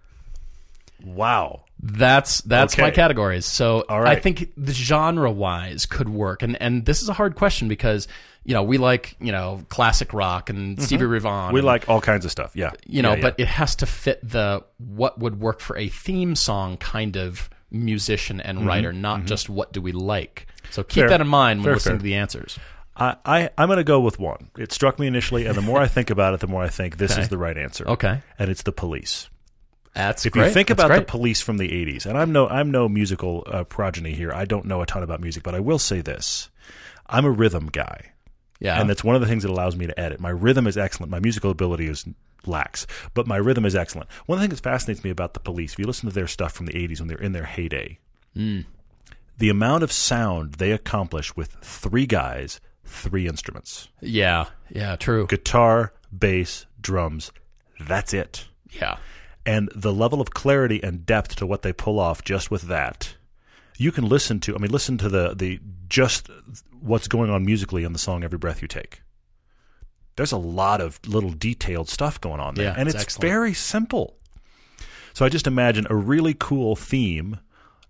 [SPEAKER 2] wow.
[SPEAKER 1] That's that's my
[SPEAKER 2] Okay.
[SPEAKER 1] categories. So
[SPEAKER 2] All right.
[SPEAKER 1] I think the genre wise could work, and and this is a hard question because you know we like you know classic rock and Stevie Ray Vaughan.
[SPEAKER 2] Mm-hmm. We
[SPEAKER 1] and,
[SPEAKER 2] like all kinds of stuff. Yeah.
[SPEAKER 1] Um, you know,
[SPEAKER 2] Yeah,
[SPEAKER 1] but
[SPEAKER 2] yeah.
[SPEAKER 1] it has to fit the what would work for a theme song kind of musician and writer, not just what do we like. So keep
[SPEAKER 2] Mm-hmm. Fair.
[SPEAKER 1] that in mind when
[SPEAKER 2] Fair,
[SPEAKER 1] listening
[SPEAKER 2] fair.
[SPEAKER 1] to the answers.
[SPEAKER 2] I, I I'm going to go with one. It struck me initially, and the more I think about it, the more I think this is the right answer.
[SPEAKER 1] Okay.
[SPEAKER 2] And it's the police.
[SPEAKER 1] That's
[SPEAKER 2] If
[SPEAKER 1] great.
[SPEAKER 2] you think
[SPEAKER 1] That's
[SPEAKER 2] about the
[SPEAKER 1] great.
[SPEAKER 2] police from the 80s, and I'm no I'm no musical uh, progeny here. I don't know a ton about music, but I will say this. I'm a rhythm guy.
[SPEAKER 1] yeah,
[SPEAKER 2] And that's one of the things that allows me to edit. My rhythm is excellent. My musical ability is lax, but my rhythm is excellent. One thing that fascinates me about the police, if you listen to their stuff from the 80s when they're in their heyday, the amount of sound they accomplish with three guys, three instruments
[SPEAKER 1] yeah, yeah, true.
[SPEAKER 2] guitar, bass, drums. That's it.
[SPEAKER 1] Yeah,
[SPEAKER 2] And the level of clarity and depth to what they pull off just with that. You can listen to, I mean, listen to the, the just what's going on musically in the song Every Breath You Take there's a lot of little detailed stuff going on there.
[SPEAKER 1] Yeah,
[SPEAKER 2] and
[SPEAKER 1] it's
[SPEAKER 2] it's,
[SPEAKER 1] excellent.
[SPEAKER 2] very simple. So I just imagine a really cool theme,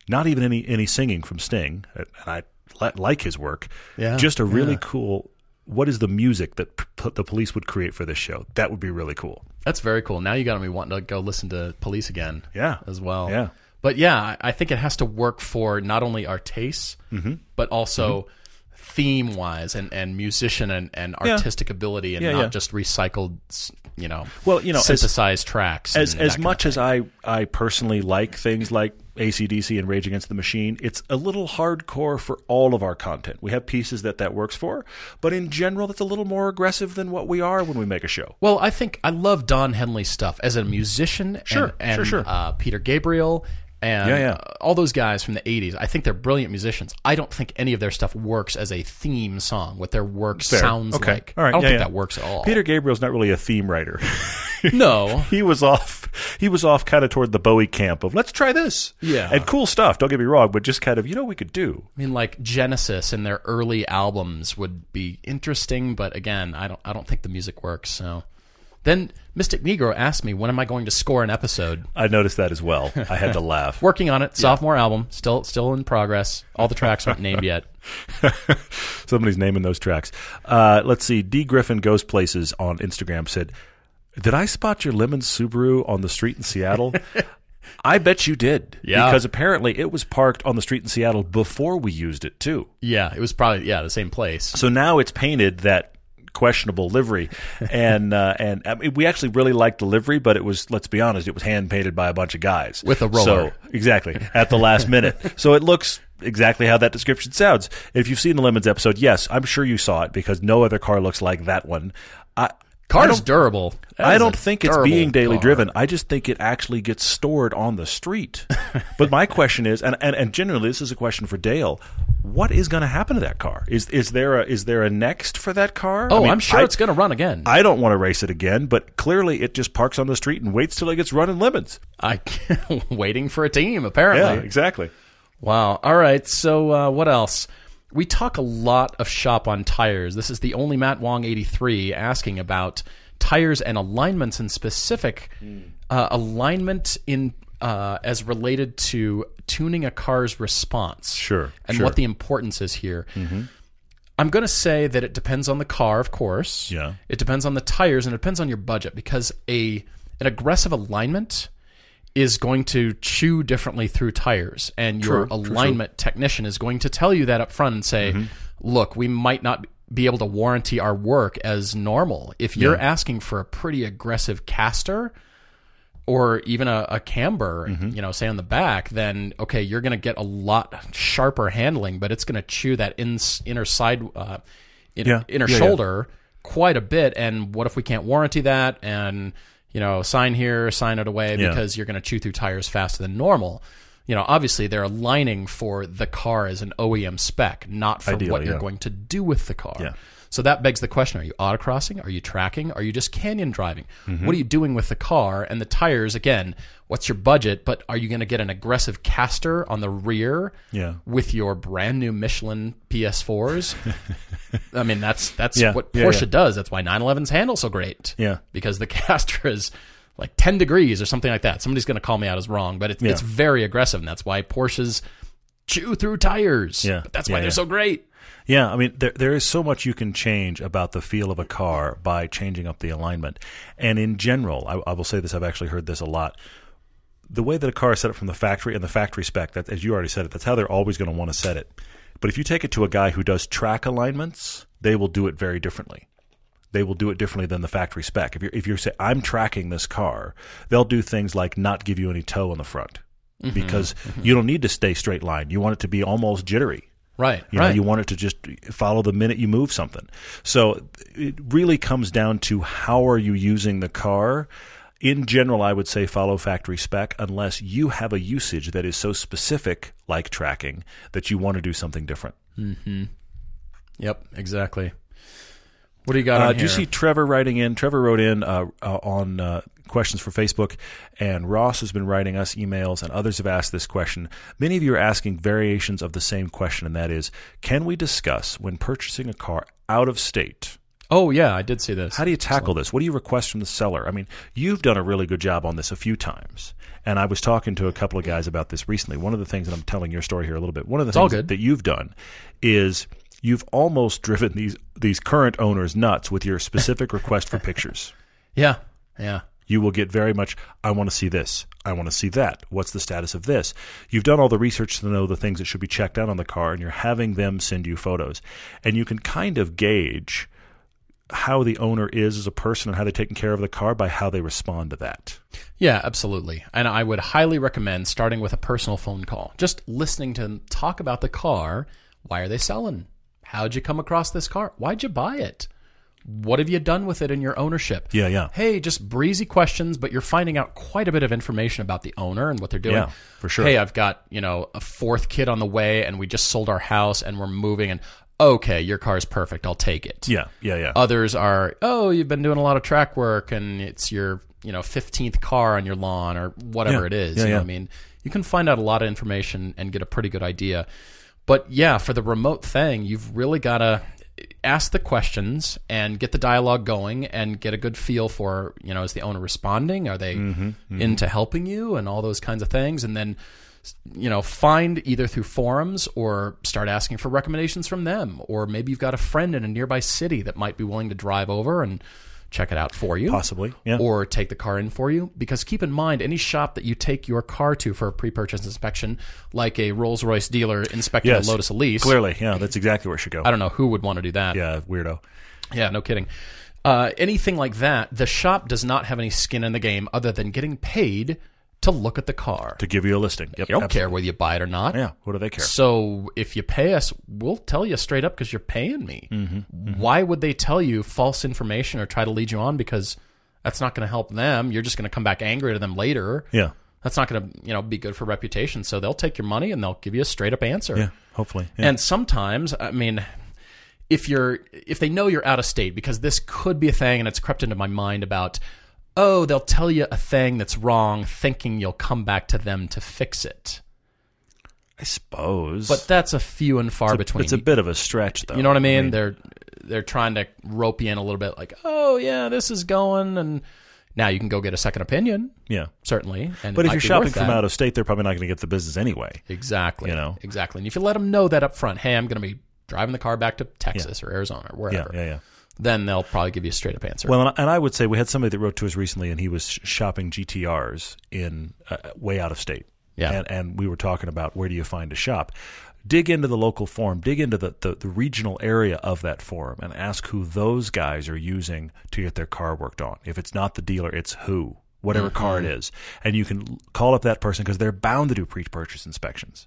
[SPEAKER 2] not even any, any singing from Sting, and I li- like his work.
[SPEAKER 1] Yeah,
[SPEAKER 2] just a really cool. What is the music that p- p- the police would create for this show? That would be really cool.
[SPEAKER 1] that's very cool. Now you got me wanting to go listen to Police again.
[SPEAKER 2] Yeah.
[SPEAKER 1] as well.
[SPEAKER 2] Yeah.
[SPEAKER 1] But yeah, I- I think it has to work for not only our tastes,
[SPEAKER 2] Mm-hmm.
[SPEAKER 1] but also theme wise and, and musician and, and
[SPEAKER 2] Yeah.
[SPEAKER 1] artistic ability and
[SPEAKER 2] Yeah,
[SPEAKER 1] not
[SPEAKER 2] yeah.
[SPEAKER 1] just recycled, s- you know,
[SPEAKER 2] Well, you know, as-
[SPEAKER 1] synthesized tracks.
[SPEAKER 2] As
[SPEAKER 1] and Mm, that
[SPEAKER 2] as
[SPEAKER 1] kind of
[SPEAKER 2] much
[SPEAKER 1] thing.
[SPEAKER 2] as I I personally like things like ACDC and Rage Against the Machine, it's a little hardcore for all of our content. We have pieces that that works for, but in general, that's a little more aggressive than what we are when we make a show.
[SPEAKER 1] Well, I think I love Don Henley's stuff as a musician
[SPEAKER 2] Sure,
[SPEAKER 1] and, and
[SPEAKER 2] sure, sure.
[SPEAKER 1] Uh, Peter Gabriel and
[SPEAKER 2] Yeah, yeah.
[SPEAKER 1] uh, all those guys from the 80s. I think they're brilliant musicians. I don't think any of their stuff works as a theme song, what their work
[SPEAKER 2] Fair.
[SPEAKER 1] sounds
[SPEAKER 2] okay.
[SPEAKER 1] like.
[SPEAKER 2] All right.
[SPEAKER 1] I don't
[SPEAKER 2] yeah,
[SPEAKER 1] think
[SPEAKER 2] yeah.
[SPEAKER 1] that works at all.
[SPEAKER 2] Peter Gabriel's not really a theme writer. *laughs*
[SPEAKER 1] No.
[SPEAKER 2] he was off. He was off kind of toward the Bowie camp of let's try this.
[SPEAKER 1] Yeah.
[SPEAKER 2] And cool stuff. Don't get me wrong, but just kind of you know what we could do.
[SPEAKER 1] I mean, like Genesis and their early albums would be interesting, but again, I don't, I don't think the music works. So, then Mystic Negro asked me, "When am I going to score an episode?"
[SPEAKER 2] I noticed that as well. I had to *laughs* laugh.
[SPEAKER 1] Working on it, sophomore album, still, still in progress. All the tracks aren't named yet.
[SPEAKER 2] *laughs* Somebody's naming those tracks. Uh, let's see. D Griffin goes places on Instagram said, "Did I spot your lemon Subaru on the street in Seattle?" I bet you did.
[SPEAKER 1] Yeah.
[SPEAKER 2] Because apparently it was parked on the street in Seattle before we used it too.
[SPEAKER 1] Yeah, it was probably yeah the same place.
[SPEAKER 2] So now it's painted that questionable livery, and uh, and I mean, we actually really liked the livery, but it was let's be honest, it was hand painted by a bunch of guys
[SPEAKER 1] With a roller.
[SPEAKER 2] So, exactly at the last minute. so it looks exactly how that description sounds. If you've seen the Lemons episode, yes, I'm sure you saw it because no other car looks like that one. I I
[SPEAKER 1] Car's
[SPEAKER 2] don't-
[SPEAKER 1] durable. That
[SPEAKER 2] I
[SPEAKER 1] is a
[SPEAKER 2] don't think it's
[SPEAKER 1] durable
[SPEAKER 2] being daily
[SPEAKER 1] car.
[SPEAKER 2] driven. I just think it actually gets stored on
[SPEAKER 1] *laughs*
[SPEAKER 2] the street. but my question is, and, and, and generally this is a question for Dale, what is going to happen to that car? Is is there a is there a next for that car?
[SPEAKER 1] Oh, I
[SPEAKER 2] mean,
[SPEAKER 1] am sure
[SPEAKER 2] I-
[SPEAKER 1] it's going to run again. I,
[SPEAKER 2] I don't want to race it again, but clearly it just parks on the street and waits till it gets run in lemons.
[SPEAKER 1] *laughs* waiting for a team apparently.
[SPEAKER 2] exactly.
[SPEAKER 1] Wow. All right. So uh, what else? We talk a lot of shop on tires. This is the only Matt Wong 83 asking about tires and alignments and specific
[SPEAKER 2] Hmm.
[SPEAKER 1] uh, alignment in uh, as related to tuning a car's response.
[SPEAKER 2] Sure,
[SPEAKER 1] And
[SPEAKER 2] sure. Hmm.
[SPEAKER 1] what the importance is here. I'm going to say that it depends on the car, of course.
[SPEAKER 2] Yeah.
[SPEAKER 1] It depends on the tires and it depends on your budget because a an aggressive alignment is going to chew differently through tires and your alignment technician is going to tell you that up front and say, "Look, we might not be able to warranty our work as normal. If you're asking for a pretty aggressive caster, or even a, a camber,
[SPEAKER 2] Mm-hmm.
[SPEAKER 1] you know, say on the back, then okay, you're going to get a lot sharper handling, but it's going to chew that in, inner side, uh, in,
[SPEAKER 2] Yeah.
[SPEAKER 1] inner
[SPEAKER 2] Yeah, yeah.
[SPEAKER 1] shoulder quite a bit. And what if we can't warranty that? And you know, sign here, sign it away,
[SPEAKER 2] Yeah.
[SPEAKER 1] because you're going to chew through tires faster than normal. You know, obviously they're aligning for the car as an OEM spec, not for
[SPEAKER 2] Ideally,
[SPEAKER 1] what you're
[SPEAKER 2] yeah.
[SPEAKER 1] going to do with the car.
[SPEAKER 2] Yeah.
[SPEAKER 1] So that begs the question: Are you autocrossing? Are you tracking? Are you just canyon driving?
[SPEAKER 2] Mm-hmm.
[SPEAKER 1] What are you doing with the car and the tires? Again, what's your budget? But are you going to get an aggressive caster on the rear?
[SPEAKER 2] Yeah.
[SPEAKER 1] With your brand new Michelin
[SPEAKER 2] *laughs*
[SPEAKER 1] PS4s. I mean, that's that's
[SPEAKER 2] Yeah,
[SPEAKER 1] what
[SPEAKER 2] yeah,
[SPEAKER 1] Porsche
[SPEAKER 2] yeah.
[SPEAKER 1] does. That's why 911s handle so great.
[SPEAKER 2] Yeah.
[SPEAKER 1] Because the *laughs* caster is like 10 degrees or something like that. Somebody's going to call me out as wrong, but it's it's
[SPEAKER 2] Yeah.
[SPEAKER 1] very aggressive, and that's why Porsches chew through tires.
[SPEAKER 2] Yeah,
[SPEAKER 1] But that's
[SPEAKER 2] yeah,
[SPEAKER 1] why they're
[SPEAKER 2] yeah.
[SPEAKER 1] so great.
[SPEAKER 2] Yeah, I mean, there, there is so much you can change about the feel of a car by changing up the alignment. And in general, I, I will say this, I've actually heard this a lot. The way that a car is set up from the factory and the factory spec, that, as you already said it, that's how they're always going to want to set it. But if you take it to a guy who does track alignments, they will do it very differently they will do it differently than the factory spec. If you're if you're say I'm tracking this car, they'll do things like not give you any toe in the front because you don't need to stay straight line. You want it to be almost jittery.
[SPEAKER 1] Right,
[SPEAKER 2] You
[SPEAKER 1] right.
[SPEAKER 2] know, you want it to just follow the minute you move something. So it really comes down to how are you using the car. In general, I would say follow factory spec unless you have a usage that is so specific, like tracking, that you want to do something different.
[SPEAKER 1] Yep, exactly. What do you got
[SPEAKER 2] Uh,
[SPEAKER 1] on
[SPEAKER 2] do you
[SPEAKER 1] here?
[SPEAKER 2] see Trevor writing in? Trevor wrote in uh, uh, on uh, questions for Facebook, and Ross has been writing us emails, and others have asked this question. Many of you are asking variations of the same question, and that is, can we discuss when purchasing a car out of state?
[SPEAKER 1] Oh yeah, I did see this.
[SPEAKER 2] How do you tackle this? What do you request from the seller? I mean, you've done a really good job on this a few times, and I was talking to a couple of guys about this recently. One of the things, and I'm telling your story here a little bit. One of the
[SPEAKER 1] all
[SPEAKER 2] things
[SPEAKER 1] good.
[SPEAKER 2] that you've done is you've almost *laughs* driven these these current owners nuts with your specific request for pictures.
[SPEAKER 1] yeah, yeah,
[SPEAKER 2] You will get very much, I want to see this. I want to see that. What's the status of this? You've done all the research to know the things that should be checked out on the car, and you're having them send you photos. And you can kind of gauge how the owner is as a person and how they're taking care of the car by how they respond to that.
[SPEAKER 1] yeah, absolutely. And I would highly recommend starting with a personal phone call. Just listening to them talk about the car. Why are they selling? How'd you come across this car? Why'd you buy it? What have you done with it in your ownership?
[SPEAKER 2] Yeah, yeah.
[SPEAKER 1] Hey, just breezy questions, but you're finding out quite a bit of information about the owner and what they're doing.
[SPEAKER 2] Yeah, for sure.
[SPEAKER 1] Hey, I've got, you know, a fourth kid on the way and we just sold our house and we're moving and okay, your car's perfect. I'll take it.
[SPEAKER 2] Yeah, yeah, yeah.
[SPEAKER 1] Others are, oh, you've been doing a lot of track work and it's your, you know, 15th car on your lawn or whatever
[SPEAKER 2] Yeah.
[SPEAKER 1] it is.
[SPEAKER 2] Yeah,
[SPEAKER 1] you know
[SPEAKER 2] yeah.
[SPEAKER 1] what I mean? You can find out a lot of information and get a pretty good idea. But yeah, for the remote thing, you've really got to ask the questions and get the dialogue going and get a good feel for, you know, is the owner responding? Are they
[SPEAKER 2] Mm-hmm.
[SPEAKER 1] into helping you and all those kinds of things? And then you know, find either through forums or start asking for recommendations from them. Or maybe you've got a friend in a nearby city that might be willing to drive over and check it out for you.
[SPEAKER 2] Possibly, yeah.
[SPEAKER 1] Or take the car in for you. Because keep in mind, any shop that you take your car to for a pre purchase inspection, like a Rolls Royce dealer inspecting
[SPEAKER 2] Yes.
[SPEAKER 1] a Lotus Elise,
[SPEAKER 2] Clearly, yeah, that's exactly where it should go.
[SPEAKER 1] I don't know who would want to do that.
[SPEAKER 2] yeah, weirdo.
[SPEAKER 1] Yeah, no kidding. Uh, anything like that, the shop does not have any skin in the game other than getting paid to look at the car.
[SPEAKER 2] To give you a listing. Yep,
[SPEAKER 1] you don't
[SPEAKER 2] absolutely.
[SPEAKER 1] care whether you buy it or not.
[SPEAKER 2] Yeah, what do they care?
[SPEAKER 1] So if you pay us, we'll tell you straight up because you're paying me.
[SPEAKER 2] Mm-hmm.
[SPEAKER 1] Why would they tell you false information or try to lead you on? Because that's not going to help them. You're just going to come back angry to them later.
[SPEAKER 2] Yeah,
[SPEAKER 1] That's not going to you know be good for reputation. So they'll take your money and they'll give you a straight up answer.
[SPEAKER 2] yeah, hopefully. Yeah.
[SPEAKER 1] And sometimes, I mean, if you're if they know you're out of state, because this could be a thing, and it's crept into my mind about, oh, they'll tell you a thing that's wrong, thinking you'll come back to them to fix it.
[SPEAKER 2] I suppose.
[SPEAKER 1] But that's a few and far between.
[SPEAKER 2] it's a bit of a stretch, though.
[SPEAKER 1] You know what I mean? they're they're trying to rope you in a little bit, like, oh yeah, this is going, and now you can go get a second opinion,
[SPEAKER 2] yeah.
[SPEAKER 1] certainly. And
[SPEAKER 2] But if you're shopping from out of state, they're probably not going to get the business anyway.
[SPEAKER 1] exactly,
[SPEAKER 2] you know.
[SPEAKER 1] exactly, and if you let them know that up front, hey, I'm going to be driving the car back to Texas or Arizona or
[SPEAKER 2] Yeah,
[SPEAKER 1] wherever.
[SPEAKER 2] yeah, yeah.
[SPEAKER 1] Then they'll probably give you a straight up answer.
[SPEAKER 2] Well, and I- and I would say we had somebody that wrote to us recently, and he was sh- shopping GTRs in uh, way out of state.
[SPEAKER 1] Yeah.
[SPEAKER 2] and, and we were talking about where do you find a shop. Dig into the local forum, dig into the, the, the regional area of that forum, and ask who those guys are using to get their car worked on. If it's not the dealer, it's who, whatever car it is. And you can l- call up that person because they're bound to do pre purchase inspections.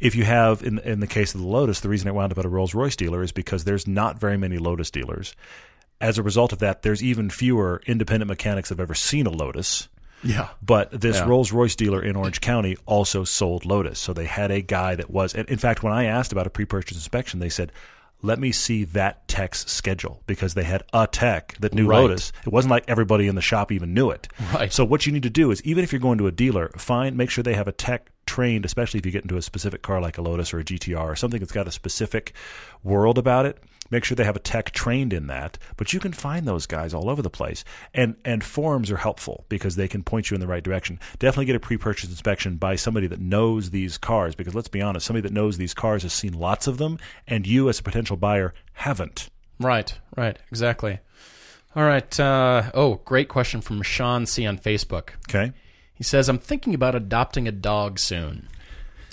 [SPEAKER 2] If you have, in, in the case of the Lotus, the reason it wound up at a Rolls Royce dealer is because there's not very many Lotus dealers as a result of that, there's even fewer independent mechanics have ever seen a Lotus.
[SPEAKER 1] yeah.
[SPEAKER 2] But this Rolls Royce dealer in Orange County also sold Lotus. So they had a guy that was. And in fact, when I asked about a pre purchase inspection, they said, let me see that tech's schedule because they had a tech that knew
[SPEAKER 1] Right.
[SPEAKER 2] Lotus. It wasn't like everybody in the shop even knew it.
[SPEAKER 1] Right.
[SPEAKER 2] So what you need to do is, even if you're going to a dealer, find, make sure they have a tech trained, especially if you get into a specific car like a Lotus or a GTR or something that's got a specific world about it. Make sure they have a tech trained in that. But you can find those guys all over the place, and and forums are helpful because they can point you in the right direction. Definitely get a pre-purchase inspection by somebody that knows these cars, because let's be honest, somebody that knows these cars has seen lots of them, and you as a potential buyer haven't.
[SPEAKER 1] Right, right, exactly. All right. Uh, oh, great question from Sean C on Facebook.
[SPEAKER 2] Okay.
[SPEAKER 1] He says, "I'm thinking about adopting a dog soon.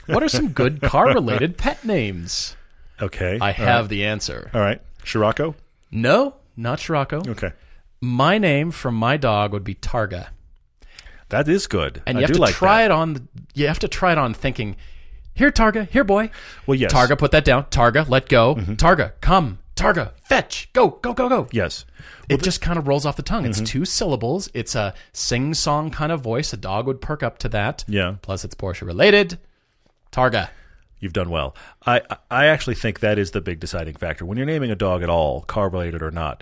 [SPEAKER 1] What are some
[SPEAKER 2] *laughs*
[SPEAKER 1] good car-related pet names?"
[SPEAKER 2] Okay.
[SPEAKER 1] I
[SPEAKER 2] All
[SPEAKER 1] have
[SPEAKER 2] right.
[SPEAKER 1] the answer.
[SPEAKER 2] All right. Scirocco.
[SPEAKER 1] No, not Scirocco.
[SPEAKER 2] Okay.
[SPEAKER 1] My name from my dog would be Targa,
[SPEAKER 2] That is good.
[SPEAKER 1] and
[SPEAKER 2] I
[SPEAKER 1] you have
[SPEAKER 2] do
[SPEAKER 1] to
[SPEAKER 2] like
[SPEAKER 1] try
[SPEAKER 2] that.
[SPEAKER 1] it on. the- You have to try it on thinking, "Here, Targa. Here, boy."
[SPEAKER 2] Well, yes. Mm-hmm.
[SPEAKER 1] Targa, put that down. Targa, let go. Targa, come. Targa, fetch. Go, go, go, go.
[SPEAKER 2] Yes.
[SPEAKER 1] it just kind of rolls off the tongue.
[SPEAKER 2] Mm-hmm.
[SPEAKER 1] It's two syllables. It's a sing-song kind of voice. A dog would perk up to that.
[SPEAKER 2] Yeah.
[SPEAKER 1] Plus, it's Porsche related. Targa.
[SPEAKER 2] You've done well. I I actually think that is the big deciding factor when you're naming a dog at all, car related or not.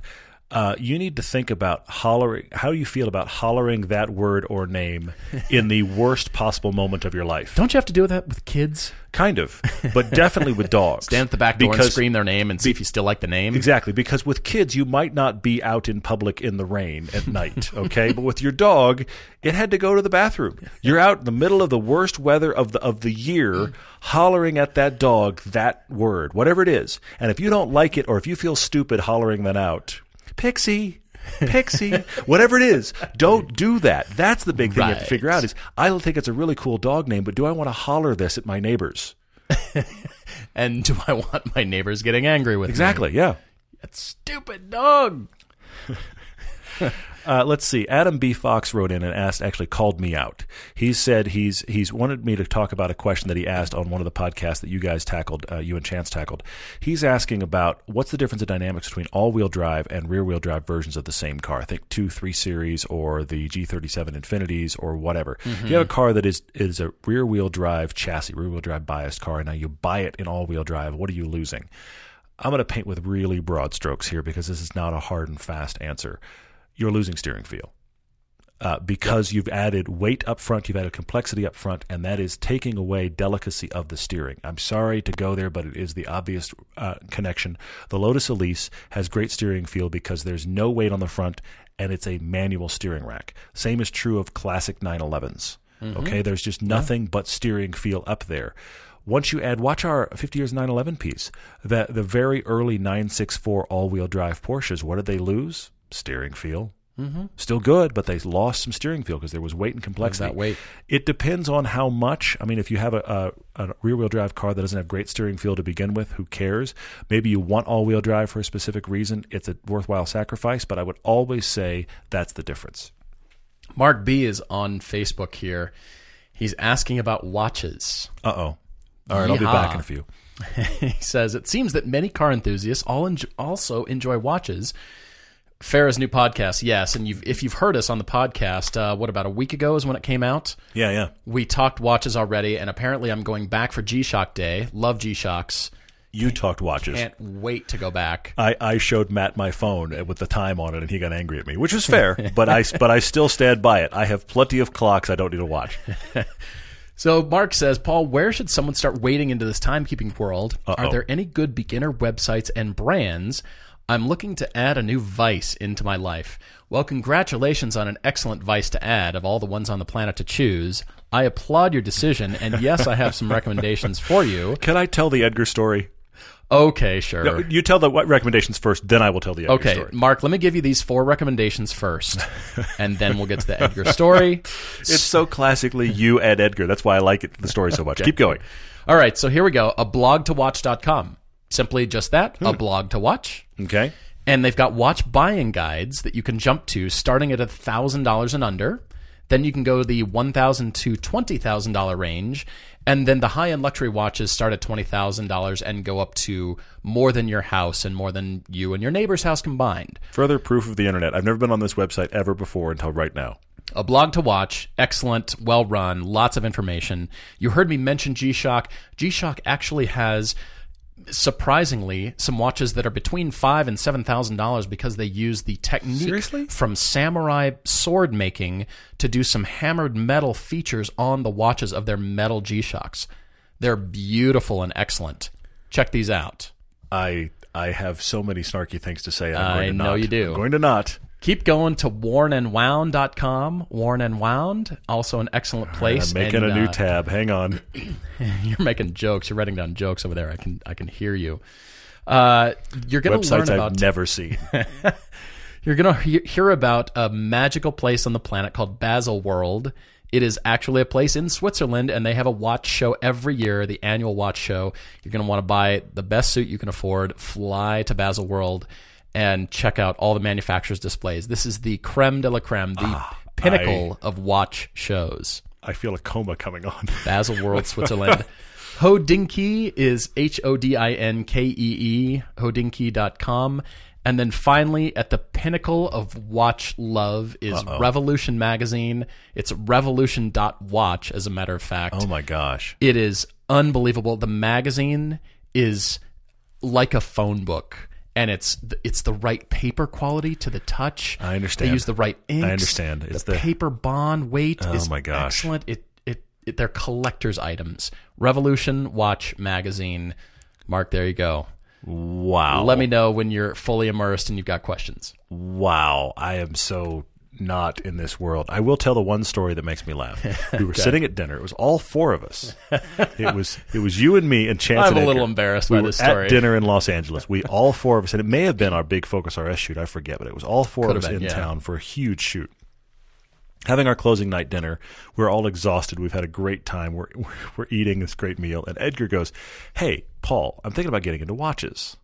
[SPEAKER 2] Uh, you need to think about hollering. How you feel about hollering that word
[SPEAKER 1] *laughs*
[SPEAKER 2] or name in the worst possible moment of your life?
[SPEAKER 1] Don't you have to do that with kids?
[SPEAKER 2] kind of, but definitely with
[SPEAKER 1] *laughs*
[SPEAKER 2] dogs.
[SPEAKER 1] Stand at the back door and
[SPEAKER 2] Because-
[SPEAKER 1] scream their name and see if you still like the name.
[SPEAKER 2] Exactly, because with kids, you might not be out in public in the rain at night, okay? but with your dog, it had to go to the bathroom. You're out in the middle of the worst weather of the of the year, hollering at that dog that word, whatever it is. And if you don't like it, or if you feel stupid hollering that out, Pixie. Pixie, whatever it is, don't do that. That's the big thing you have to
[SPEAKER 1] Right.
[SPEAKER 2] figure out. Is I don't think it's a really cool dog name, but do I want to holler this at my neighbors?
[SPEAKER 1] And do I want my neighbors getting angry with me?
[SPEAKER 2] Exactly. Yeah.
[SPEAKER 1] That stupid dog.
[SPEAKER 2] *laughs* Uh, let's see. Adam B. Fox wrote in and asked, actually called me out. He said he's he's wanted me to talk about a question that he asked on one of the podcasts that you guys tackled, uh, you and Chance tackled. He's asking about what's the difference in dynamics between all-wheel drive and rear-wheel drive versions of the same car. I think two, three series, or the G37 Infinities, or whatever.
[SPEAKER 1] Mm-hmm.
[SPEAKER 2] If you have a car that is is a rear-wheel drive chassis, rear-wheel drive biased car, and now you buy it in all-wheel drive, what are you losing? I'm going to paint with really broad strokes here because this is not a hard and fast answer. You're losing steering feel uh, because you've added weight up front, you've added complexity up front, and that is taking away delicacy of the steering. I'm sorry to go there, but it is the obvious uh, connection. The Lotus Elise has great steering feel because there's no weight on the front and it's a manual steering rack. Same is true of classic 911s. Okay, there's just nothing but steering feel up there. Once you add, watch our 50 years 911 piece. The the very early 964 all-wheel drive Porsches. What did they lose? Steering feel still good, but they lost some steering feel because there was weight and complexity.
[SPEAKER 1] that weight.
[SPEAKER 2] It depends on how much. I mean, if you have a, a, a rear wheel drive car that doesn't have great steering feel to begin with, who cares? Maybe you want all wheel drive for a specific reason. It's a worthwhile sacrifice, but I would always say that's the difference.
[SPEAKER 1] Mark B is on Facebook here. He's asking about watches.
[SPEAKER 2] Uh oh. All right, I'll be
[SPEAKER 1] Yeehaw.
[SPEAKER 2] back in a few.
[SPEAKER 1] He says it seems that many car enthusiasts all enjo also enjoy watches. Farah's new podcast, yes, and you've, if you've heard us on the podcast, uh, what about a week ago is when it came out.
[SPEAKER 2] Yeah, yeah.
[SPEAKER 1] We talked watches already, and apparently I'm going back for G-Shock Day. Love G-Shocks.
[SPEAKER 2] You talked watches.
[SPEAKER 1] Can't wait to go back.
[SPEAKER 2] I, I showed Matt my phone with the time on it, and he got angry at me, which
[SPEAKER 1] *laughs*
[SPEAKER 2] was fair. but I but I still stand by it. I have plenty of clocks. I don't need to watch.
[SPEAKER 1] So Mark says, Paul, where should someone start wading into this timekeeping world?
[SPEAKER 2] Uh-oh.
[SPEAKER 1] Are there any good beginner websites and brands? I'm looking to add a new vice into my life. Well, congratulations on an excellent vice to add of all the ones on the planet to choose. I
[SPEAKER 2] *laughs*
[SPEAKER 1] applaud your decision, and yes, I have some recommendations for you.
[SPEAKER 2] Can I tell the Edgar story?
[SPEAKER 1] Okay, sure.
[SPEAKER 2] No, you tell the what recommendations first, then I will tell the Edgar
[SPEAKER 1] Okay,
[SPEAKER 2] story.
[SPEAKER 1] Mark, let me give you these four recommendations first, and then we'll get to the Edgar story.
[SPEAKER 2] *laughs* It's
[SPEAKER 1] *laughs*
[SPEAKER 2] so classically you and Edgar. That's why I like it, the story so much. Keep going.
[SPEAKER 1] All right, so here we go. A blog to watch.com. Simply just that,
[SPEAKER 2] Hmm.
[SPEAKER 1] a blog to watch.
[SPEAKER 2] Okay.
[SPEAKER 1] And they've got watch buying guides that you can jump to starting at $1,000 and under. Then you can go the $1,000 to $20,000 range. And then the high end luxury watches start at $20,000 and go up to more than your house and more than you and your neighbor's house combined.
[SPEAKER 2] Further proof of the internet. I've never been on this website ever before until right now.
[SPEAKER 1] A blog to watch, excellent, well run, lots of information. You heard me mention G Shock. G Shock actually has surprisingly some watches that are between five and seven thousand dollars because they use the technique
[SPEAKER 2] Seriously?
[SPEAKER 1] from samurai sword making to do some hammered metal features on the watches of their metal G Shocks. They're beautiful and excellent. Check these out.
[SPEAKER 2] I I have so many snarky things to say. I'm
[SPEAKER 1] I
[SPEAKER 2] going to
[SPEAKER 1] know
[SPEAKER 2] not.
[SPEAKER 1] you do.
[SPEAKER 2] I'm going to not.
[SPEAKER 1] Keep going to wornandwound.com. Worn and Wound, also an excellent place.
[SPEAKER 2] I'm Ah, making
[SPEAKER 1] and,
[SPEAKER 2] a new
[SPEAKER 1] uh,
[SPEAKER 2] tab. Hang on.
[SPEAKER 1] you're making jokes. You're writing down jokes over there. I can I can hear you. Uh, you're gonna learn
[SPEAKER 2] Websites
[SPEAKER 1] about
[SPEAKER 2] I've never seen.
[SPEAKER 1] you're gonna he- hear about a magical place on the planet called Basel World. It is actually a place in Switzerland, and they have a watch show every year, the annual watch show. You're gonna want to buy the best suit you can afford, fly to Basel World, and check out all the manufacturers' displays. This is the creme de la creme, the
[SPEAKER 2] Ah,
[SPEAKER 1] pinnacle of watch shows.
[SPEAKER 2] I feel a coma coming on. *laughs*
[SPEAKER 1] Basel World, Switzerland. Hodinke is H O D I N K E E, hodinke.com. And then finally, at the pinnacle of watch love is Revolution Magazine. It's revolution.watch, as a matter of fact.
[SPEAKER 2] Oh my gosh.
[SPEAKER 1] It is unbelievable. The magazine is like a phone book. And it's th- it's the right paper quality to the touch.
[SPEAKER 2] I understand.
[SPEAKER 1] They use the right inks.
[SPEAKER 2] understand. It's
[SPEAKER 1] the,
[SPEAKER 2] the-
[SPEAKER 1] paper bond weight
[SPEAKER 2] Oh
[SPEAKER 1] is
[SPEAKER 2] my gosh.
[SPEAKER 1] excellent. It, it it they're collectors items. Revolution Watch magazine. Mark, there you go.
[SPEAKER 2] Wow.
[SPEAKER 1] Let me know when you're fully immersed and you've got questions.
[SPEAKER 2] Wow, I am so not in this world. I will tell the one story that makes me laugh.
[SPEAKER 1] *laughs*
[SPEAKER 2] We were sitting at dinner. It was all four of us. It was it was you and me and Chance.
[SPEAKER 1] I'm
[SPEAKER 2] and
[SPEAKER 1] a little
[SPEAKER 2] Edgar.
[SPEAKER 1] embarrassed
[SPEAKER 2] we
[SPEAKER 1] by
[SPEAKER 2] were
[SPEAKER 1] this
[SPEAKER 2] At
[SPEAKER 1] story.
[SPEAKER 2] dinner in Los Angeles, we all four of us, and it may have been our big Focus RS shoot. I forget, but it was all four
[SPEAKER 1] Could
[SPEAKER 2] of us
[SPEAKER 1] have been,
[SPEAKER 2] in
[SPEAKER 1] yeah.
[SPEAKER 2] town for a huge shoot. Having our closing night dinner, we're all exhausted. We've had a great time. We're *laughs* we're eating this great meal, and Edgar goes, "Hey, Paul, I'm thinking about getting into watches."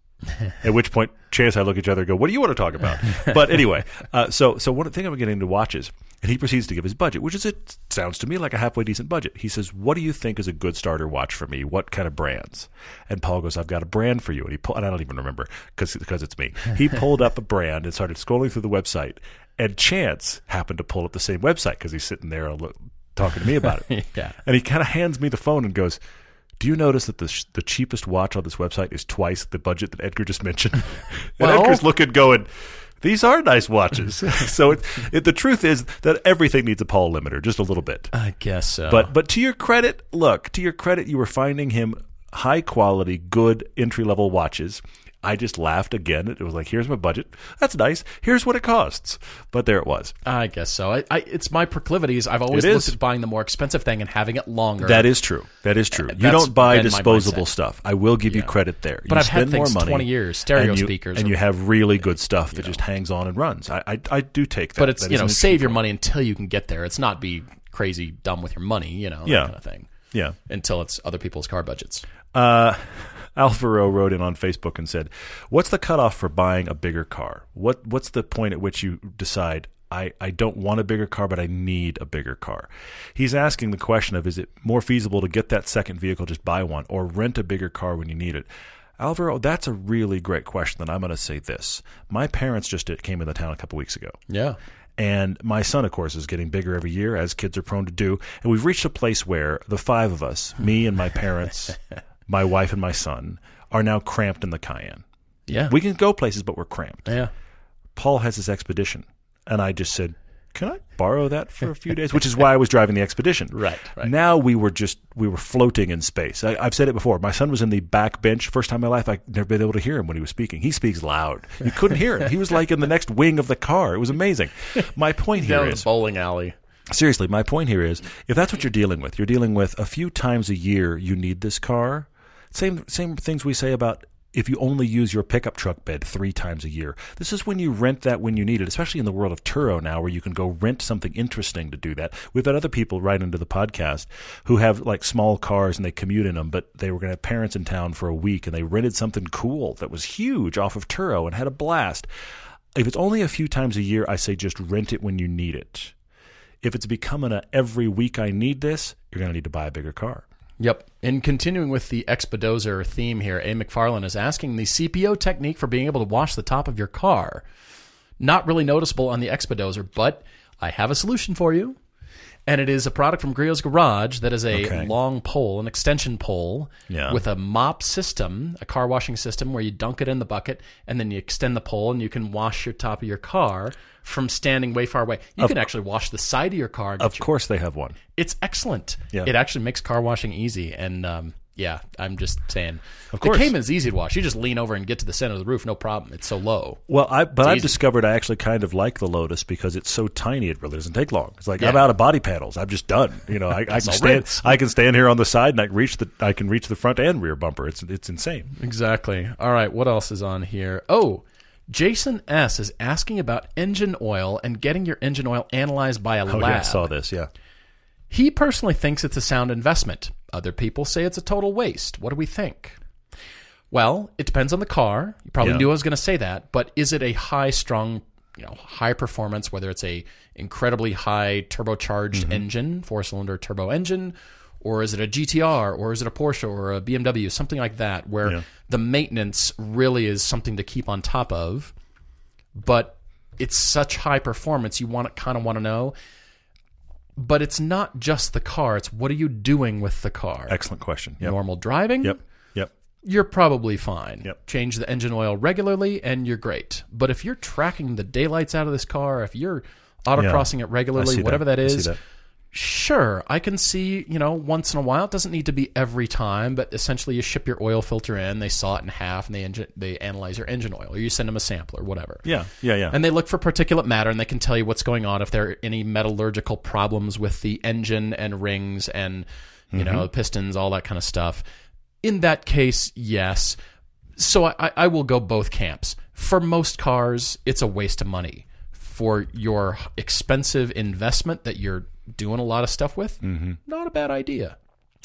[SPEAKER 2] At which point, Chance and I look at each other and go, "What do you want to talk about?" But anyway, uh, so so one thing I'm getting into watches, and he proceeds to give his budget, which is it sounds to me like a halfway decent budget. He says, "What do you think is a good starter watch for me? What kind of brands?" And Paul goes, "I've got a brand for you." And he pull, and I don't even remember because it's me. He pulled up a brand and started scrolling through the website, and Chance happened to pull up the same website because he's sitting there look, talking to me about it.
[SPEAKER 1] Yeah.
[SPEAKER 2] And he kind of hands me the phone and goes, "Do you notice that the sh- the cheapest watch on this website is twice the budget that Edgar just mentioned?" *laughs* and
[SPEAKER 1] Well-
[SPEAKER 2] Edgar's looking, going, "These are nice watches." *laughs* so it, it, the truth is that everything needs a Paul limiter, just a little bit.
[SPEAKER 1] I guess so.
[SPEAKER 2] But but to your credit, look, to your credit, you were finding him high quality, good entry level watches. I just laughed again. It was like, "Here's my budget. That's nice. Here's what it costs." But there it was.
[SPEAKER 1] I guess so. I, I, it's my proclivities. I've always
[SPEAKER 2] It
[SPEAKER 1] looked
[SPEAKER 2] is.
[SPEAKER 1] at buying the more expensive thing and having it longer.
[SPEAKER 2] That is true. That is true. you
[SPEAKER 1] that's
[SPEAKER 2] don't buy
[SPEAKER 1] been my
[SPEAKER 2] disposable
[SPEAKER 1] mindset.
[SPEAKER 2] stuff. I will give you credit there.
[SPEAKER 1] But
[SPEAKER 2] you
[SPEAKER 1] I've had
[SPEAKER 2] spend
[SPEAKER 1] things
[SPEAKER 2] more money
[SPEAKER 1] 20 years, stereo
[SPEAKER 2] and you-
[SPEAKER 1] speakers
[SPEAKER 2] and
[SPEAKER 1] or-
[SPEAKER 2] you have really good stuff that just hangs on and runs. I I, I do take that.
[SPEAKER 1] but it's
[SPEAKER 2] That
[SPEAKER 1] you
[SPEAKER 2] is
[SPEAKER 1] know
[SPEAKER 2] an
[SPEAKER 1] save
[SPEAKER 2] interesting
[SPEAKER 1] your money until you can get there. It's not be crazy dumb with your money, you know, that
[SPEAKER 2] Yeah.
[SPEAKER 1] kind of thing.
[SPEAKER 2] Yeah.
[SPEAKER 1] Until it's other people's car budgets.
[SPEAKER 2] Uh, *laughs* Alvaro wrote in on Facebook and said, "What's the cutoff for buying a bigger car? What What's the point at which you decide?" I, I don't want a bigger car, but I need a bigger car. He's asking the question of is it more feasible to get that second vehicle, just buy one, or rent a bigger car when you need it? Alvaro, that's a really great question. And I'm going to say this: my parents just uh, came in the town a couple weeks ago,
[SPEAKER 1] Yeah.
[SPEAKER 2] and my son, of course, is getting bigger every year, as kids are prone to do. And we've reached a place where the five of us, me and
[SPEAKER 1] *laughs*
[SPEAKER 2] my parents, my wife and my son, are now cramped in the Cayenne.
[SPEAKER 1] Yeah.
[SPEAKER 2] We can go places, but we're cramped.
[SPEAKER 1] yeah.
[SPEAKER 2] Paul has his expedition. And I just said, can I borrow that for a few days? Which is why I was driving the expedition.
[SPEAKER 1] *laughs* Right, right.
[SPEAKER 2] Now we were just, we were floating in space. I, I've said it before. My son was in the back bench. First time in my life, I've never been able to hear him when he was speaking. He speaks loud. You couldn't hear him. He was like in the next wing of the car. It
[SPEAKER 1] *laughs*
[SPEAKER 2] was amazing. My point here
[SPEAKER 1] Down in
[SPEAKER 2] is
[SPEAKER 1] the bowling alley.
[SPEAKER 2] Seriously, my point here is if that's what you're dealing with, you're dealing with a few times a year you need this car. Same same things we say about if you only use your pickup truck bed three times a year. This is when you rent that when you need it, especially in the world of Turo now, where you can go rent something interesting to do that. We've had other people write into the podcast who have like small cars and they commute in them, but they were going to have parents in town for a week and they rented something cool that was huge off of Turo and had a blast. If it's only a few times a year, I say just rent it when you need it. If it's becoming a every week I need this, you're going to need to buy a bigger car.
[SPEAKER 1] Yep. And continuing with the expodozer theme here, A. McFarlane is asking the CPO technique for being able to wash the top of your car. Not really noticeable on the expodozer, but I have a solution for you. And it is a product from Griot's Garage that is a
[SPEAKER 2] Okay.
[SPEAKER 1] long pole, an extension pole
[SPEAKER 2] Yeah.
[SPEAKER 1] with a mop system, a car washing system where you dunk it in the bucket and then you extend the pole and you can wash your top of your car from standing way far away. You can actually wash the side of your car. and get
[SPEAKER 2] Of course, they have one.
[SPEAKER 1] it's excellent.
[SPEAKER 2] Yeah.
[SPEAKER 1] It actually makes car washing easy. And um, yeah, I'm just saying. Of
[SPEAKER 2] course.
[SPEAKER 1] The Cayman's easy to wash. You just lean over and get to the center of the roof, no problem. It's so low.
[SPEAKER 2] Well, I but I've
[SPEAKER 1] easy.
[SPEAKER 2] discovered I actually kind of like the Lotus because it's so tiny. It really doesn't take long. It's like I'm out of body paddles. I'm just done. You
[SPEAKER 1] *laughs*
[SPEAKER 2] know, I, I can
[SPEAKER 1] all
[SPEAKER 2] stand.
[SPEAKER 1] rinse.
[SPEAKER 2] I can stand here on the side and I can reach the. I can reach the front and rear bumper. It's it's insane.
[SPEAKER 1] Exactly. All right, what else is on here? Oh, Jason S is asking about engine oil and getting your engine oil analyzed by a
[SPEAKER 2] Oh,
[SPEAKER 1] lab.
[SPEAKER 2] yeah, I saw this. Yeah.
[SPEAKER 1] He personally thinks it's a sound investment. Other people say it's a total waste. What do we think? Well, it depends on the car. You probably
[SPEAKER 2] Yeah.
[SPEAKER 1] knew I was going to say that, but is it a high strung, you know, high performance whether it's a incredibly high turbocharged engine, four-cylinder turbo engine, or is it a GTR or is it a Porsche or a BMW, something like that where the maintenance really is something to keep on top of, but it's such high performance you want kind of want to know but it's not just the car. It's what are you doing with the car?
[SPEAKER 2] Excellent question. Yep.
[SPEAKER 1] Normal driving?
[SPEAKER 2] Yep. Yep.
[SPEAKER 1] You're probably fine.
[SPEAKER 2] Yep.
[SPEAKER 1] Change the engine oil regularly and you're great. But if you're tracking the daylights out of this car, if you're autocrossing it
[SPEAKER 2] I see
[SPEAKER 1] regularly, whatever that
[SPEAKER 2] I see
[SPEAKER 1] is, sure, I can see, you know, once in a while. It doesn't need to be every time, but essentially you ship your oil filter in, they saw it in half and they engine, they analyze your engine oil or you send them a sample or whatever.
[SPEAKER 2] Yeah. Yeah. Yeah.
[SPEAKER 1] And they look for particulate matter and they can tell you what's going on if there are any metallurgical problems with the engine and rings and you know pistons all that kind of stuff. In that case, yes. So I- I, I will go both camps. For most cars, it's a waste of money. For your expensive investment that you're doing a lot of stuff with, not a bad idea.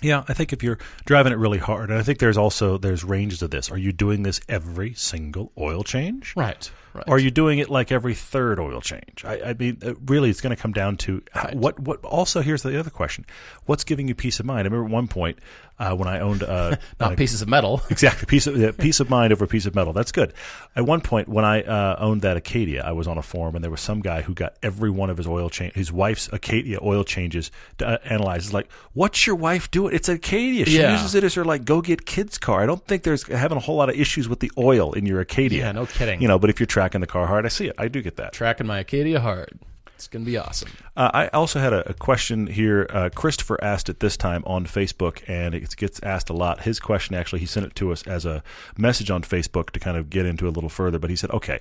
[SPEAKER 2] Yeah, I think if you're driving it really hard, and I think there's also there's ranges of this. Are you doing this every single oil change?
[SPEAKER 1] Right. Right.
[SPEAKER 2] Are you doing it like every third oil change? I, I mean, uh, really, it's going to come down to h- what. What also here's the other question: What's giving you peace of mind? I remember at one point uh, when I owned uh,
[SPEAKER 1] *laughs* not pieces of metal. *laughs*
[SPEAKER 2] Exactly. Peace of, yeah, peace of mind over peace of metal. That's good. At one point, when I uh, owned that Acadia, I was on a forum and there was some guy who got every one of his oil change, his wife's Acadia oil changes to uh, analyze. It's like, what's your wife doing? It's Acadia. She
[SPEAKER 1] Yeah.
[SPEAKER 2] uses it as her like go get kids car. I don't think there's having a whole lot of issues with the oil in your Acadia.
[SPEAKER 1] Yeah, no kidding.
[SPEAKER 2] You know, but if you're tracking the car hard, I see it. I do get that.
[SPEAKER 1] Tracking my Acadia hard. It's gonna be awesome.
[SPEAKER 2] Uh, I also had a, a question here. Uh, Christopher asked it this time on Facebook, and it gets asked a lot. His question actually, he sent it to us as a message on Facebook to kind of get into a little further. But he said, okay,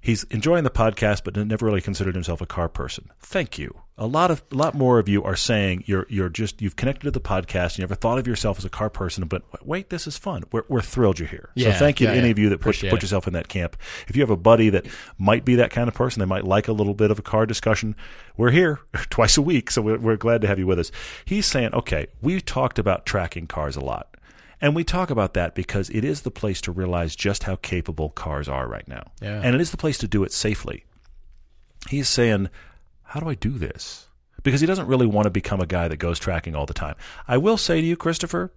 [SPEAKER 2] he's enjoying the podcast, but never really considered himself a car person. Thank you. A lot of a lot more of you are saying you're you're just you've connected to the podcast. You never thought of yourself as a car person, but wait, this is fun. We're, we're thrilled you're here.
[SPEAKER 1] Yeah,
[SPEAKER 2] so thank you
[SPEAKER 1] yeah,
[SPEAKER 2] to any
[SPEAKER 1] yeah.
[SPEAKER 2] of you that put,
[SPEAKER 1] Appreciate
[SPEAKER 2] put
[SPEAKER 1] it.
[SPEAKER 2] yourself in that camp. If you have a buddy that might be that kind of person, they might like a little bit of a car discussion. We're here *laughs* twice a week, so we're, we're glad to have you with us. He's saying, okay, we talked about tracking cars a lot. And we talk about that because it is the place to realize just how capable cars are right now.
[SPEAKER 1] Yeah.
[SPEAKER 2] And it is the place to do it safely he's saying, How do I do this? Because he doesn't really want to become a guy that goes tracking all the time. I will say to you, Christopher,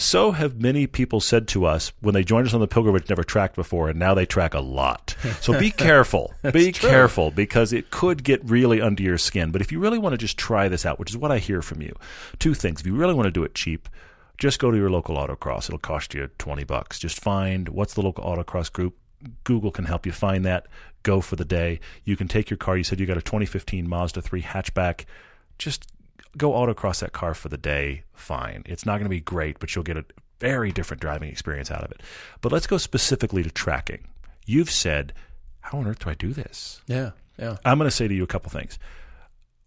[SPEAKER 2] so have many people said to us when they joined us on the pilgrimage, never tracked before, and now they track a lot. So be careful. be careful because it could get really under your skin. But if you really want to just try this out, which is what I hear from you, two things. If you really want to do it cheap, just go to your local autocross. It'll cost you 20 bucks. Just find what's the local autocross group. Google can help you find that. Go for the day. You can take your car. You said you got a 2015 Mazda 3 hatchback. Just go autocross that car for the day. Fine. It's not going to be great, but you'll get a very different driving experience out of it. But let's go specifically to tracking. You've said, How on earth do I do this?
[SPEAKER 1] Yeah. Yeah.
[SPEAKER 2] I'm going to say to you a couple things.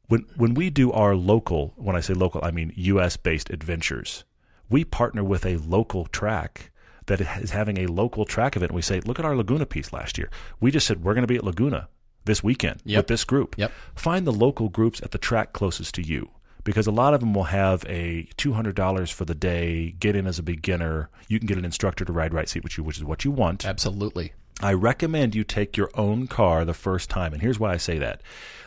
[SPEAKER 2] When when we do our local, when I say local, I mean U.S. based adventures, we partner with a local track that is having a local track event. We say, look at our Laguna piece last year. We just said we're going to be at Laguna this weekend
[SPEAKER 1] Yep.
[SPEAKER 2] with this group.
[SPEAKER 1] Yep.
[SPEAKER 2] Find the local groups at the track closest to you because a lot of them will have a $200 for the day, get in as a beginner. You can get an instructor to ride right seat with you, which is what you want.
[SPEAKER 1] Absolutely.
[SPEAKER 2] I recommend you take your own car the first time. And here's why I say that.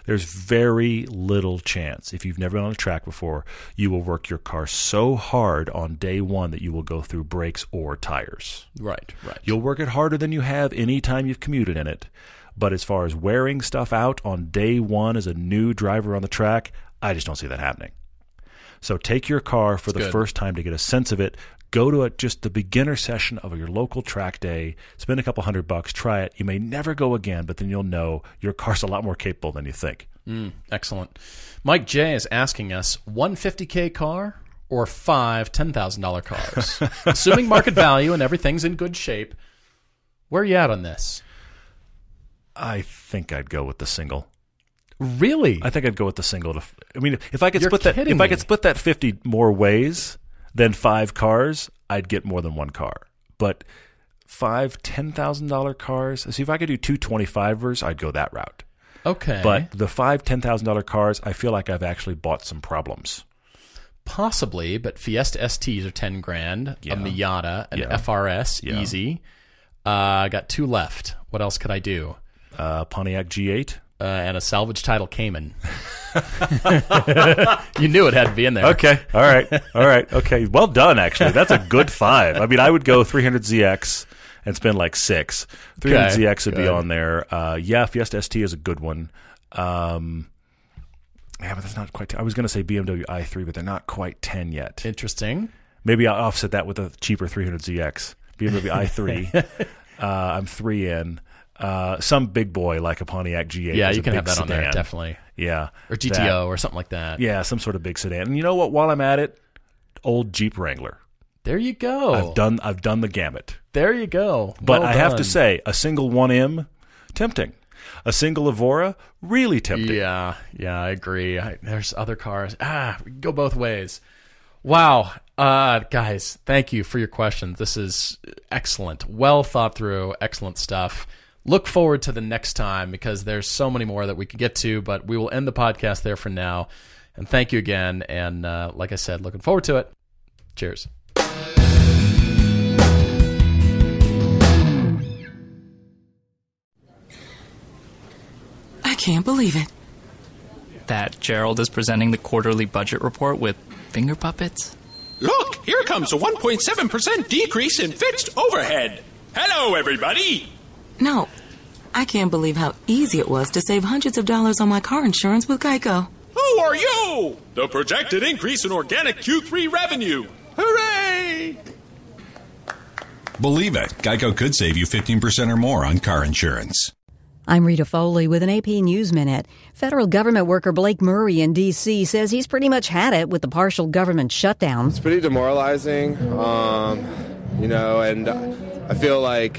[SPEAKER 2] There's very little chance, if you've never been on a track before, you will work your car so hard on day one that you will go through brakes or tires.
[SPEAKER 1] Right, right.
[SPEAKER 2] You'll work it harder than you have any time you've commuted in it. But as far as wearing stuff out on day one as a new driver on the track, I just don't see that happening. So take your car for the
[SPEAKER 1] good.
[SPEAKER 2] first time to get a sense of it. Go to a, just the beginner session of your local track day. Spend a couple hundred bucks, try it. You may never go again, but then you'll know your car's a lot more capable than you think.
[SPEAKER 1] Excellent. Mike J is asking us 150K car or five $10,000 cars?
[SPEAKER 2] *laughs*
[SPEAKER 1] Assuming market value and everything's in good shape, where are you at on this?
[SPEAKER 2] I think I'd go with the single.
[SPEAKER 1] Really?
[SPEAKER 2] I think I'd go with the single. To, I mean, if I could
[SPEAKER 1] You're
[SPEAKER 2] split that, if
[SPEAKER 1] kidding
[SPEAKER 2] I
[SPEAKER 1] me.
[SPEAKER 2] could split that fifty more ways than five cars, I'd get more than one car. But five ten thousand dollar cars. See, if I could do two twenty fivers, I'd go that route.
[SPEAKER 1] okay.
[SPEAKER 2] But the five ten thousand dollar cars, I feel like I've actually bought some problems.
[SPEAKER 1] possibly, but Fiesta STs are 10 grand,
[SPEAKER 2] Yeah.
[SPEAKER 1] a Miata, an
[SPEAKER 2] Yeah.
[SPEAKER 1] FRS,
[SPEAKER 2] Yeah.
[SPEAKER 1] easy. Uh, I got two left. What else could I do?
[SPEAKER 2] Uh, Pontiac G eight.
[SPEAKER 1] Uh, and a salvage title
[SPEAKER 2] *laughs*
[SPEAKER 1] Cayman. *laughs* you knew it had to be in there.
[SPEAKER 2] Okay. All right. All right. Okay. Well done. Actually, that's a good five. I mean, I would go 300ZX and spend like six. 300ZX would be
[SPEAKER 1] good.
[SPEAKER 2] on there. Uh, yeah, Fiesta ST is a good one. Um, yeah, but that's not quite. I was going to say BMW i3, but they're not quite 10 yet.
[SPEAKER 1] Interesting.
[SPEAKER 2] Maybe I'll offset that with a cheaper 300ZX. BMW
[SPEAKER 1] *laughs*
[SPEAKER 2] i3. uh, I'm three in. Uh, some big boy like a Pontiac G8.
[SPEAKER 1] Yeah,
[SPEAKER 2] is
[SPEAKER 1] you
[SPEAKER 2] a
[SPEAKER 1] can
[SPEAKER 2] big
[SPEAKER 1] have that on there,
[SPEAKER 2] sedan.
[SPEAKER 1] definitely.
[SPEAKER 2] Yeah.
[SPEAKER 1] Or GTO
[SPEAKER 2] That-
[SPEAKER 1] or something like that.
[SPEAKER 2] yeah, some sort of big sedan. And you know what? While I'm at it, old Jeep Wrangler.
[SPEAKER 1] There you go.
[SPEAKER 2] I've done I've done the gamut.
[SPEAKER 1] There you go.
[SPEAKER 2] But
[SPEAKER 1] Oh. Well
[SPEAKER 2] I have to
[SPEAKER 1] done.
[SPEAKER 2] say, a single 1M, tempting. A single Evora, really tempting.
[SPEAKER 1] yeah, yeah, I agree. I, there's other cars. Ah, we can go both ways. Wow, uh, guys, thank you for your questions. This is excellent, well thought through, excellent stuff. Look forward to the next time because there's so many more that we could get to, but we will end the podcast there for now. And thank you again. And uh, like I said, looking forward to it. Cheers.
[SPEAKER 9] I can't believe it.
[SPEAKER 10] that Gerald is presenting the quarterly budget report with finger puppets?
[SPEAKER 6] Look, here comes a 1.7% decrease in fixed overhead. Hello, everybody.
[SPEAKER 9] No, I can't believe how easy it was to save hundreds of dollars on my car insurance with Geico.
[SPEAKER 6] Who are you? The projected increase in organic Q3 revenue. Hooray!
[SPEAKER 8] Believe it, Geico could save you 15% or more on car insurance.
[SPEAKER 11] I'm Rita Foley with an AP News Minute. Federal government worker Blake Murray in D.C. says he's pretty much had it with the partial government shutdown.
[SPEAKER 12] It's pretty demoralizing, um, you know, and I feel like